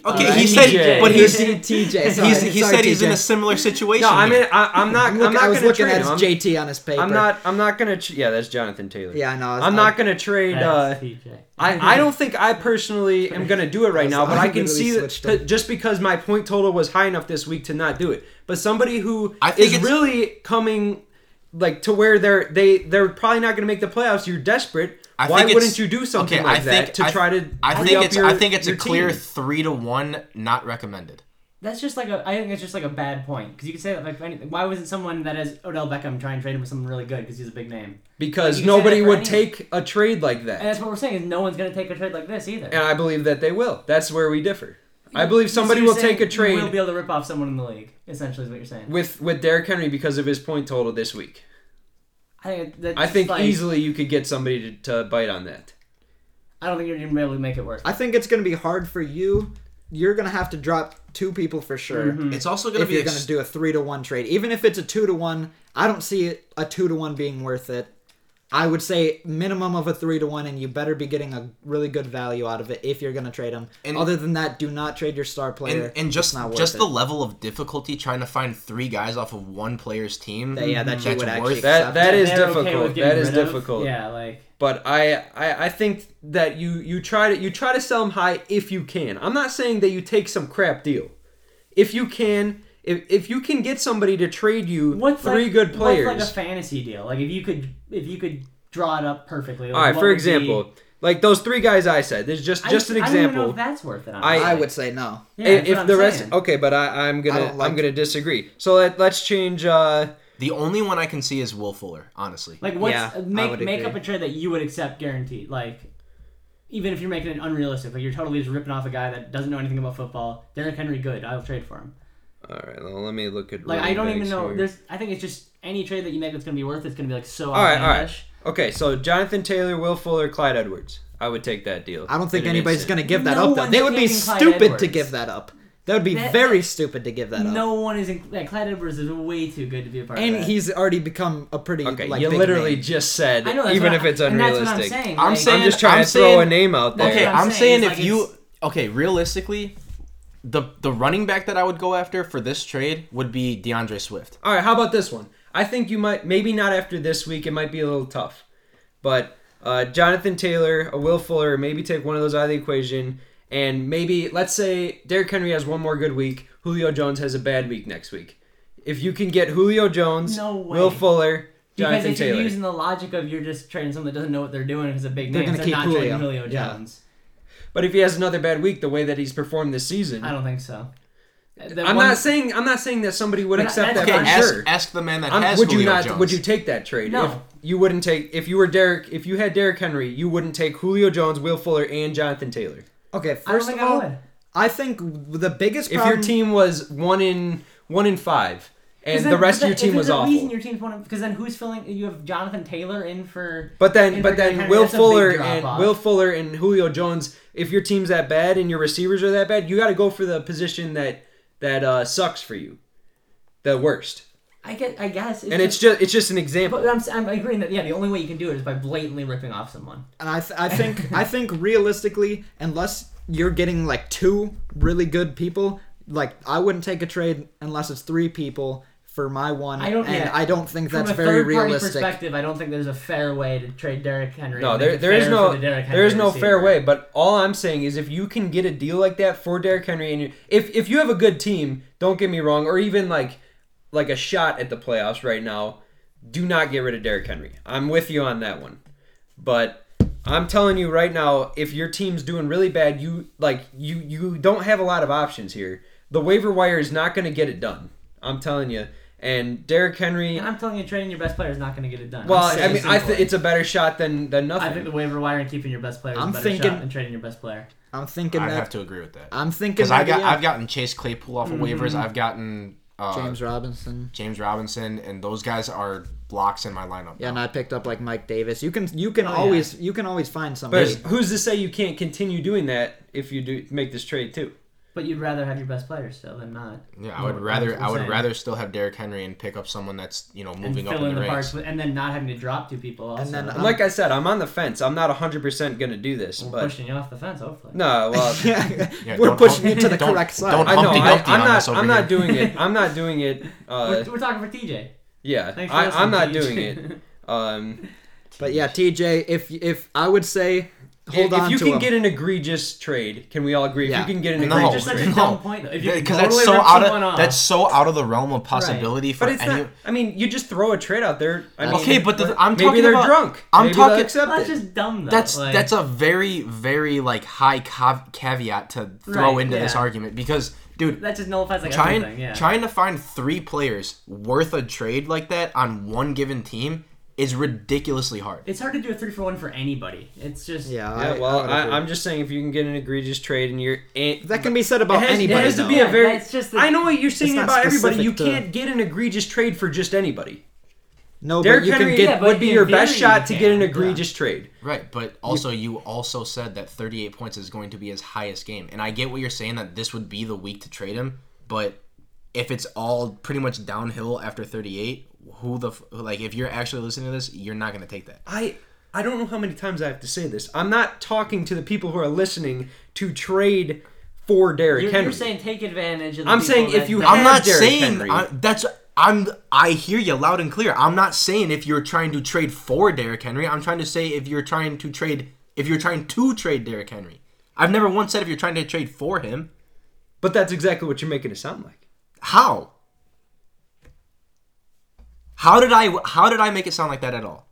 D: okay,
B: Alright.
D: he said,
B: TJ.
D: but
A: he's
D: he's he's,
A: TJ. Sorry,
D: he's he
A: sorry,
D: said he's
A: TJ.
D: in a similar situation.
B: no, I
D: here.
B: mean I, I'm not.
A: Look,
B: I'm not
A: I was
B: gonna
A: looking
B: trade
A: at
B: him.
A: his
B: I'm-
A: JT on his paper.
B: I'm not. I'm not gonna. Tr- yeah, that's Jonathan Taylor.
A: Yeah, I know. I was-
B: I'm
A: I-
B: not gonna trade. Uh,
C: That's TJ.
B: I, I don't think I personally am gonna do it right now, but
A: I
B: I can
A: literally
B: see that
A: switched them.
B: that just because my point total was high enough this week to not do it. But somebody who
D: I think
B: is
D: it's-
B: really coming like to where they're they they're probably not gonna make the playoffs. You're desperate.
D: I
B: Why
D: think it's-
B: wouldn't you do something
D: okay,
B: like
D: I think,
B: that to
D: I-
B: try to?
D: I
B: free
D: think
B: up
D: it's.
B: your-
D: I think it's a
B: your
D: clear
B: team?
D: three to one, not recommended.
C: That's just like a. I think it's just like a bad point because you could say that like for anything. Why wasn't someone that has Odell Beckham trying to trade him for someone really good because he's a big name?
B: because
C: You can say that
B: nobody
C: for
B: would
C: anyone.
B: take a trade like
C: And
B: that,
C: that's what we're saying is no one's gonna take a trade like this either.
B: and I believe that they will. That's where we differ. I believe somebody will take a trade.
C: We'll be able to rip off someone in the league. Essentially, is what you're saying.
B: with with Derrick Henry because of his point total this week.
C: I think that's
B: I think
C: like,
B: easily you could get somebody to, to bite on that.
C: I don't think you're gonna be able to make it work.
A: I think it's going to be hard for you. You're going to have to drop two people for sure.
D: Mm-hmm.
E: It's also going to
A: If
E: be
A: you're going to
E: ex-
A: do a three to one trade, even if it's a two to one, I don't see it- a two to one being worth it. I would say minimum of a three to one, and you better be getting a really good value out of it if you're going to trade him.
D: And-
A: Other than that, do not trade your star player.
D: and, and just
A: It's not worth
D: just
A: it.
D: the level of difficulty trying to find three guys off of one player's team.
A: That- yeah, that you
D: that's
A: would
D: worth
A: actually-
D: it.
B: That that
C: They're
B: is
C: okay with
B: difficult.
C: getting
B: that is
C: rid of-
B: difficult.
C: Yeah, like
B: But I, I I think that you you try to you try to sell them high if you can. I'm not saying that you take some crap deal. If you can, if, if you can get somebody to trade you
C: what's
B: three
C: like,
B: good players.
C: What's like a fantasy deal? Like if you could if you could draw it up perfectly. Like
B: All right,
C: what
B: for
C: would
B: example,
C: be,
B: like those three guys I said. There's just
C: I
B: just an
C: I don't even
B: example.
C: know if that's worth it.
B: I-
A: I
C: honestly.
A: would say no.
C: Yeah,
B: I-
C: that's
B: if
C: what I'm
B: the rest,
C: saying.
B: okay, but I, I'm gonna
A: I don't like-
B: I'm gonna disagree. So let, let's change. uh
D: The only one I can see is Will Fuller, honestly.
C: Like what's
A: Yeah, I
C: make
A: would
C: make
A: agree.
C: up a trade that you would accept guaranteed. Like even if you're making it unrealistic, like you're totally just ripping off a guy that doesn't know anything about football. Derrick Henry, good. I'll trade for him.
B: All right, well, let me look at.
C: Like I
B: running
C: don't even
B: backs
C: know.
B: here.
C: There's. I think it's just any trade that you make that's gonna be worth. It's gonna be like so.
B: All right, all right.
C: outlandish.
B: Okay, so Jonathan Taylor, Will Fuller, Clyde Edwards. I would take that deal.
A: I don't think
B: in an
A: anybody's
B: instant.
A: going to give that
C: No
A: up. Though.
C: one's
A: They would be
C: taking Clyde
A: stupid to
C: Edwards.
A: give that up. That would be
C: That-
A: very stupid to give that up.
C: No one is. In, like, Clyde Edwards is way too good to be a part of.
A: And
C: that.
A: he's already become a pretty
B: Okay,
A: like
B: you
A: big
B: literally
A: name.
B: just said
C: I know. That's
B: even
C: what
B: if it's
C: I, and
B: unrealistic.
C: That's what I'm saying.
D: I'm
C: like,
D: saying-
B: I'm just trying
D: I'm
B: to throw a
D: saying-
B: name out there.
D: Okay,
C: what I'm
D: I'm
C: saying,
D: saying,
C: like,
D: if you okay, realistically, the the running back that I would go after for this trade would be DeAndre Swift.
B: All right, how about this one? I think you might maybe not after this week. It might be a little tough, but uh, Jonathan Taylor, a Will Fuller, maybe take one of those out of the equation, and maybe let's say Derrick Henry has one more good week. Julio Jones has a bad week next week. If you can get Julio Jones,
C: No way.
B: Will Fuller,
C: Because
B: Jonathan
C: if
B: Taylor,
C: you're using the logic of you're just trading someone that doesn't know what they're doing because a big
A: They're
C: name,
A: gonna
C: they're
A: keep
C: not trading
A: Julio.
C: Julio
A: Yeah.
C: Jones.
B: but if he has another bad week, the way that he's performed this season,
C: I
B: I'm
C: don't think so. That one-
B: not saying I'm not saying that somebody would
C: But
B: accept
C: that's-
B: that
D: Okay,
B: for
D: ask
B: sure.
D: ask the man that
B: I'm-
D: has
B: would you
D: Julio
B: not?
D: Jones.
B: Would you take that trade?
C: No.
B: If you wouldn't take. If you were Derek, if you had Derek Henry, you wouldn't take Julio Jones, Will Fuller, and Jonathan Taylor.
A: Okay,
C: I don't
A: first
C: think
A: of
C: I
A: all,
C: would.
A: I think the biggest
B: If
A: problem
C: Um,
B: your team was one in one in five, and the rest of your team was
C: the
B: awful,
C: reason your team's one because then who's filling? You have Jonathan Taylor in for.
B: but then
C: in for
B: but
C: Derrick
B: then
C: Henry.
B: Will
C: That's a big
B: Fuller
C: drop
B: and
C: off.
B: Will Fuller and Julio Jones. If your team's that bad and your receivers are that bad, you got to go for the position that that uh, sucks for you, the worst.
C: I get. I guess.
B: And it's just it's just an example.
C: But I'm, s- I'm agreeing that yeah, the only way you can do it is by blatantly ripping off someone.
A: And I, th- I think I think realistically, unless you're getting like two really good people, like I wouldn't take a trade unless it's three people for my one.
C: I don't-
A: and
C: yeah.
A: I don't think
C: From
A: that's
C: a
A: very
C: third party
A: realistic.
C: perspective, I don't think there's a fair way to trade Derrick Henry.
B: No,
C: and
B: there,
C: make it
B: there is
C: fair
B: no
C: for the Derrick
B: there is
C: Henry
B: no fair
C: receiver.
B: way. But all I'm saying is, if you can get a deal like that for Derrick Henry, and you, if if you have a good team, don't get me wrong, or even like like a shot at the playoffs right now, do not get rid of Derrick Henry. I'm with you on that one. But I'm telling you right now, if your team's doing really bad, you like you you don't have a lot of options here. The waiver wire is not going to get it done. I'm telling you. And Derrick Henry.
C: And I'm telling you, trading your best player is not going to get it done.
B: well,
C: I'm
B: I
C: saying
B: mean, I
C: simple.
B: th- it's a better shot than than nothing.
C: I think the waiver wire and keeping your best player is
A: I'm
C: a better
A: thinking-
C: shot than trading your best player.
A: I'm thinking
E: I
A: that.
E: have to agree with that
A: I'm thinking
E: because I
A: that,
E: got
A: yeah,
E: I've gotten Chase Claypool off of waivers. I've gotten uh, James
A: James Robinson.
E: Robinson, and those guys are blocks in my lineup.
A: Yeah,
E: now.
A: and I picked up like Mike Davis. You can you can
C: Oh, yeah.
A: always you can always find
B: but
A: somebody.
B: who's to say you can't continue doing that if you do make this trade too?
C: But you'd rather have your best player still than not.
E: yeah. I would
C: No,
E: rather
C: that's
E: I would
C: insane.
E: rather still have Derrick Henry and pick up someone that's you know moving
C: and
E: up
C: fill
E: in the,
C: parts
E: ranks.
C: with- and then not having to drop two people. Also.
A: And then
C: I'm
A: I'm-
B: like I said, I'm on the fence. I'm not 100% going to do this, but
C: pushing you off the fence, hopefully.
B: no, well,
A: yeah,
E: uh, Yeah,
A: we're
E: don't
A: pushing
E: hump-
A: it to the
E: don't-
A: correct side.
E: don't
B: I know.
E: Humpty
B: I,
E: Dumpty
B: I'm
E: on
B: not.
E: us over
B: I'm not
E: here.
B: doing it. I'm not doing it. Uh,
C: we're, we're talking for TJ.
B: yeah,
C: Thanks for
B: I,
C: listening,
B: I'm not
C: TJ.
B: doing it. Um,
A: But yeah, TJ, if if I would say hold
B: if,
A: on
B: if you
A: to
B: can
A: him.
B: get an egregious trade, can we all agree?
A: Yeah.
B: If you can get an
E: No.
B: egregious
C: Just such
B: trade,
C: a
E: No.
C: dumb point. though. If you
E: Because
C: totally
E: that's so
C: rip
E: out
C: someone
E: of
C: off-
E: that's so out of the realm of possibility for
B: but it's
E: any.
B: not. I mean, you just throw a trade out there. I mean,
E: Okay, but the, I'm
B: maybe
E: talking
B: they're
E: about-
B: drunk.
E: I'm
B: Maybe they'll
E: talking.
B: accept
C: that's
B: it.
C: just dumb. Though.
E: that's
C: like,
E: that's a very very like high cav- caveat to throw
C: Right,
E: into this
C: yeah.
E: argument because dude
C: that just nullifies like
E: trying
C: everything. Yeah.
E: trying to find three players worth a trade like that on one given team is ridiculously hard
C: it's hard to do a three for one for anybody. It's just
A: yeah,
B: Yeah,
A: I,
B: well,
A: I would
B: I,
A: agree.
B: I'm just saying if you can get an egregious trade and you're it,
A: that can be said about
B: has,
A: anybody.
B: it has to
A: though.
B: be a very.
C: That's just the-
B: I know what you're saying
A: not
B: about everybody.
A: specific
B: You
A: to-
B: can't get an egregious trade for just anybody.
A: no,
B: Derrick
A: but you
B: Henry
A: can get
C: yeah, but
B: would be
C: in
B: your best
C: theory
B: shot
C: you
B: to
C: can,
B: get an
C: yeah.
B: egregious trade.
E: right but also you also said that 38 points is going to be his highest game and i get what you're saying that this would be the week to trade him but if it's all pretty much downhill after 38 who the f- like if you're actually listening to this you're not going to take that
B: I I don't know how many times I have to say this. I'm not talking to the people who are listening to trade for Derrick
C: You're,
B: Henry.
C: you're saying take advantage of. The
B: I'm
C: people
B: saying if
C: that
B: you
C: don't-
B: have-
E: I'm not
B: Derrick
E: saying
B: Henry.
E: I, that's. I'm. I hear you loud and clear. I'm not saying if you're trying to trade for Derrick Henry. I'm trying to say if you're trying to trade. If you're trying to trade Derrick Henry, I've never once said if you're trying to trade for him.
B: but that's exactly what you're making it sound like.
E: How? How did I? How did I make it sound like that at all?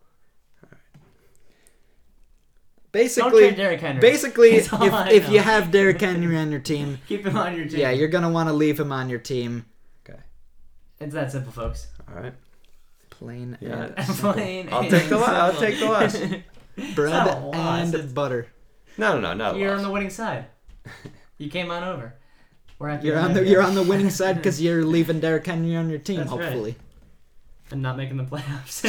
A: basically
C: Don't trade Derrick Henry.
A: Basically,
C: That's
A: if,
C: all I
A: if you
C: know.
A: have Derrick Henry on your team,
C: keep him on your team.
A: yeah, you're gonna want to leave him on your team.
B: Okay.
C: it's that simple, folks.
B: All right.
A: Plain
B: Yeah.
C: Plain
B: I'll
C: and
B: take the
C: simple.
B: la- I'll take the loss.
A: and bread
C: not a loss,
A: and
C: it's-
A: butter.
B: No, no, no, not a
C: You're
B: loss.
C: on the winning side. You came on over. We're happy
A: You're
C: to
A: on
C: have
A: the
C: you.
A: you're on the winning side because you're leaving Derrick Henry on your team.
C: That's right.
A: hopefully,
C: and not making the playoffs.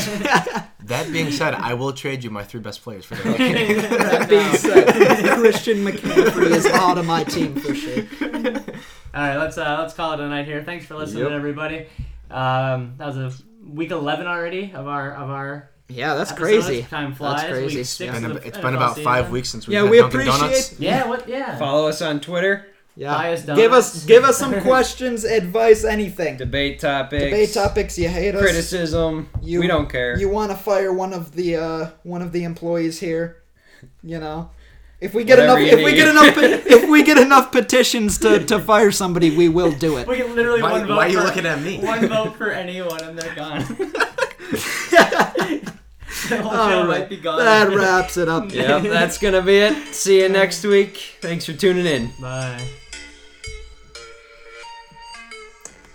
E: That being said, I will trade you my three best players for Derrick Henry.
A: that being said, Christian McCaffrey is out of my team for sure.
C: All right, let's uh, let's call it a night here. Thanks for listening,
B: Yep.
C: everybody. Um, that was a week eleven already of our of our.
A: Yeah, that's
C: episodes.
A: crazy.
C: Time flies.
A: crazy.
C: Week
A: It's
C: six
E: Been
C: of
E: a-
C: the
E: it's been
C: NFL
E: about five
C: season.
E: weeks since we
A: Yeah,
E: had
A: we
E: Dunkin'
A: appreciate
E: Donuts.
C: Yeah. What? Yeah.
B: Follow us on Twitter.
A: Yeah,
C: Biased
A: give us
C: donuts.
A: give us some questions, advice, anything.
B: Debate topics.
A: Debate topics you hate us.
B: Criticism.
A: You-
B: we don't care.
A: You want to fire one of the uh, one of the employees here, you know. If we get
B: Whatever
A: enough,
B: you
A: if we
B: need.
A: get enough, pe- if we get enough petitions to, to fire somebody, we will do it.
C: We get literally
E: Why,
C: one vote.
E: why are you
C: for,
E: looking at me?
C: One vote for anyone, and they're gone. the whole show
A: All
C: might
A: right,
C: be gone.
A: that wraps it up.
B: yep, that's gonna be it. See you next week. Thanks for tuning in.
C: Bye.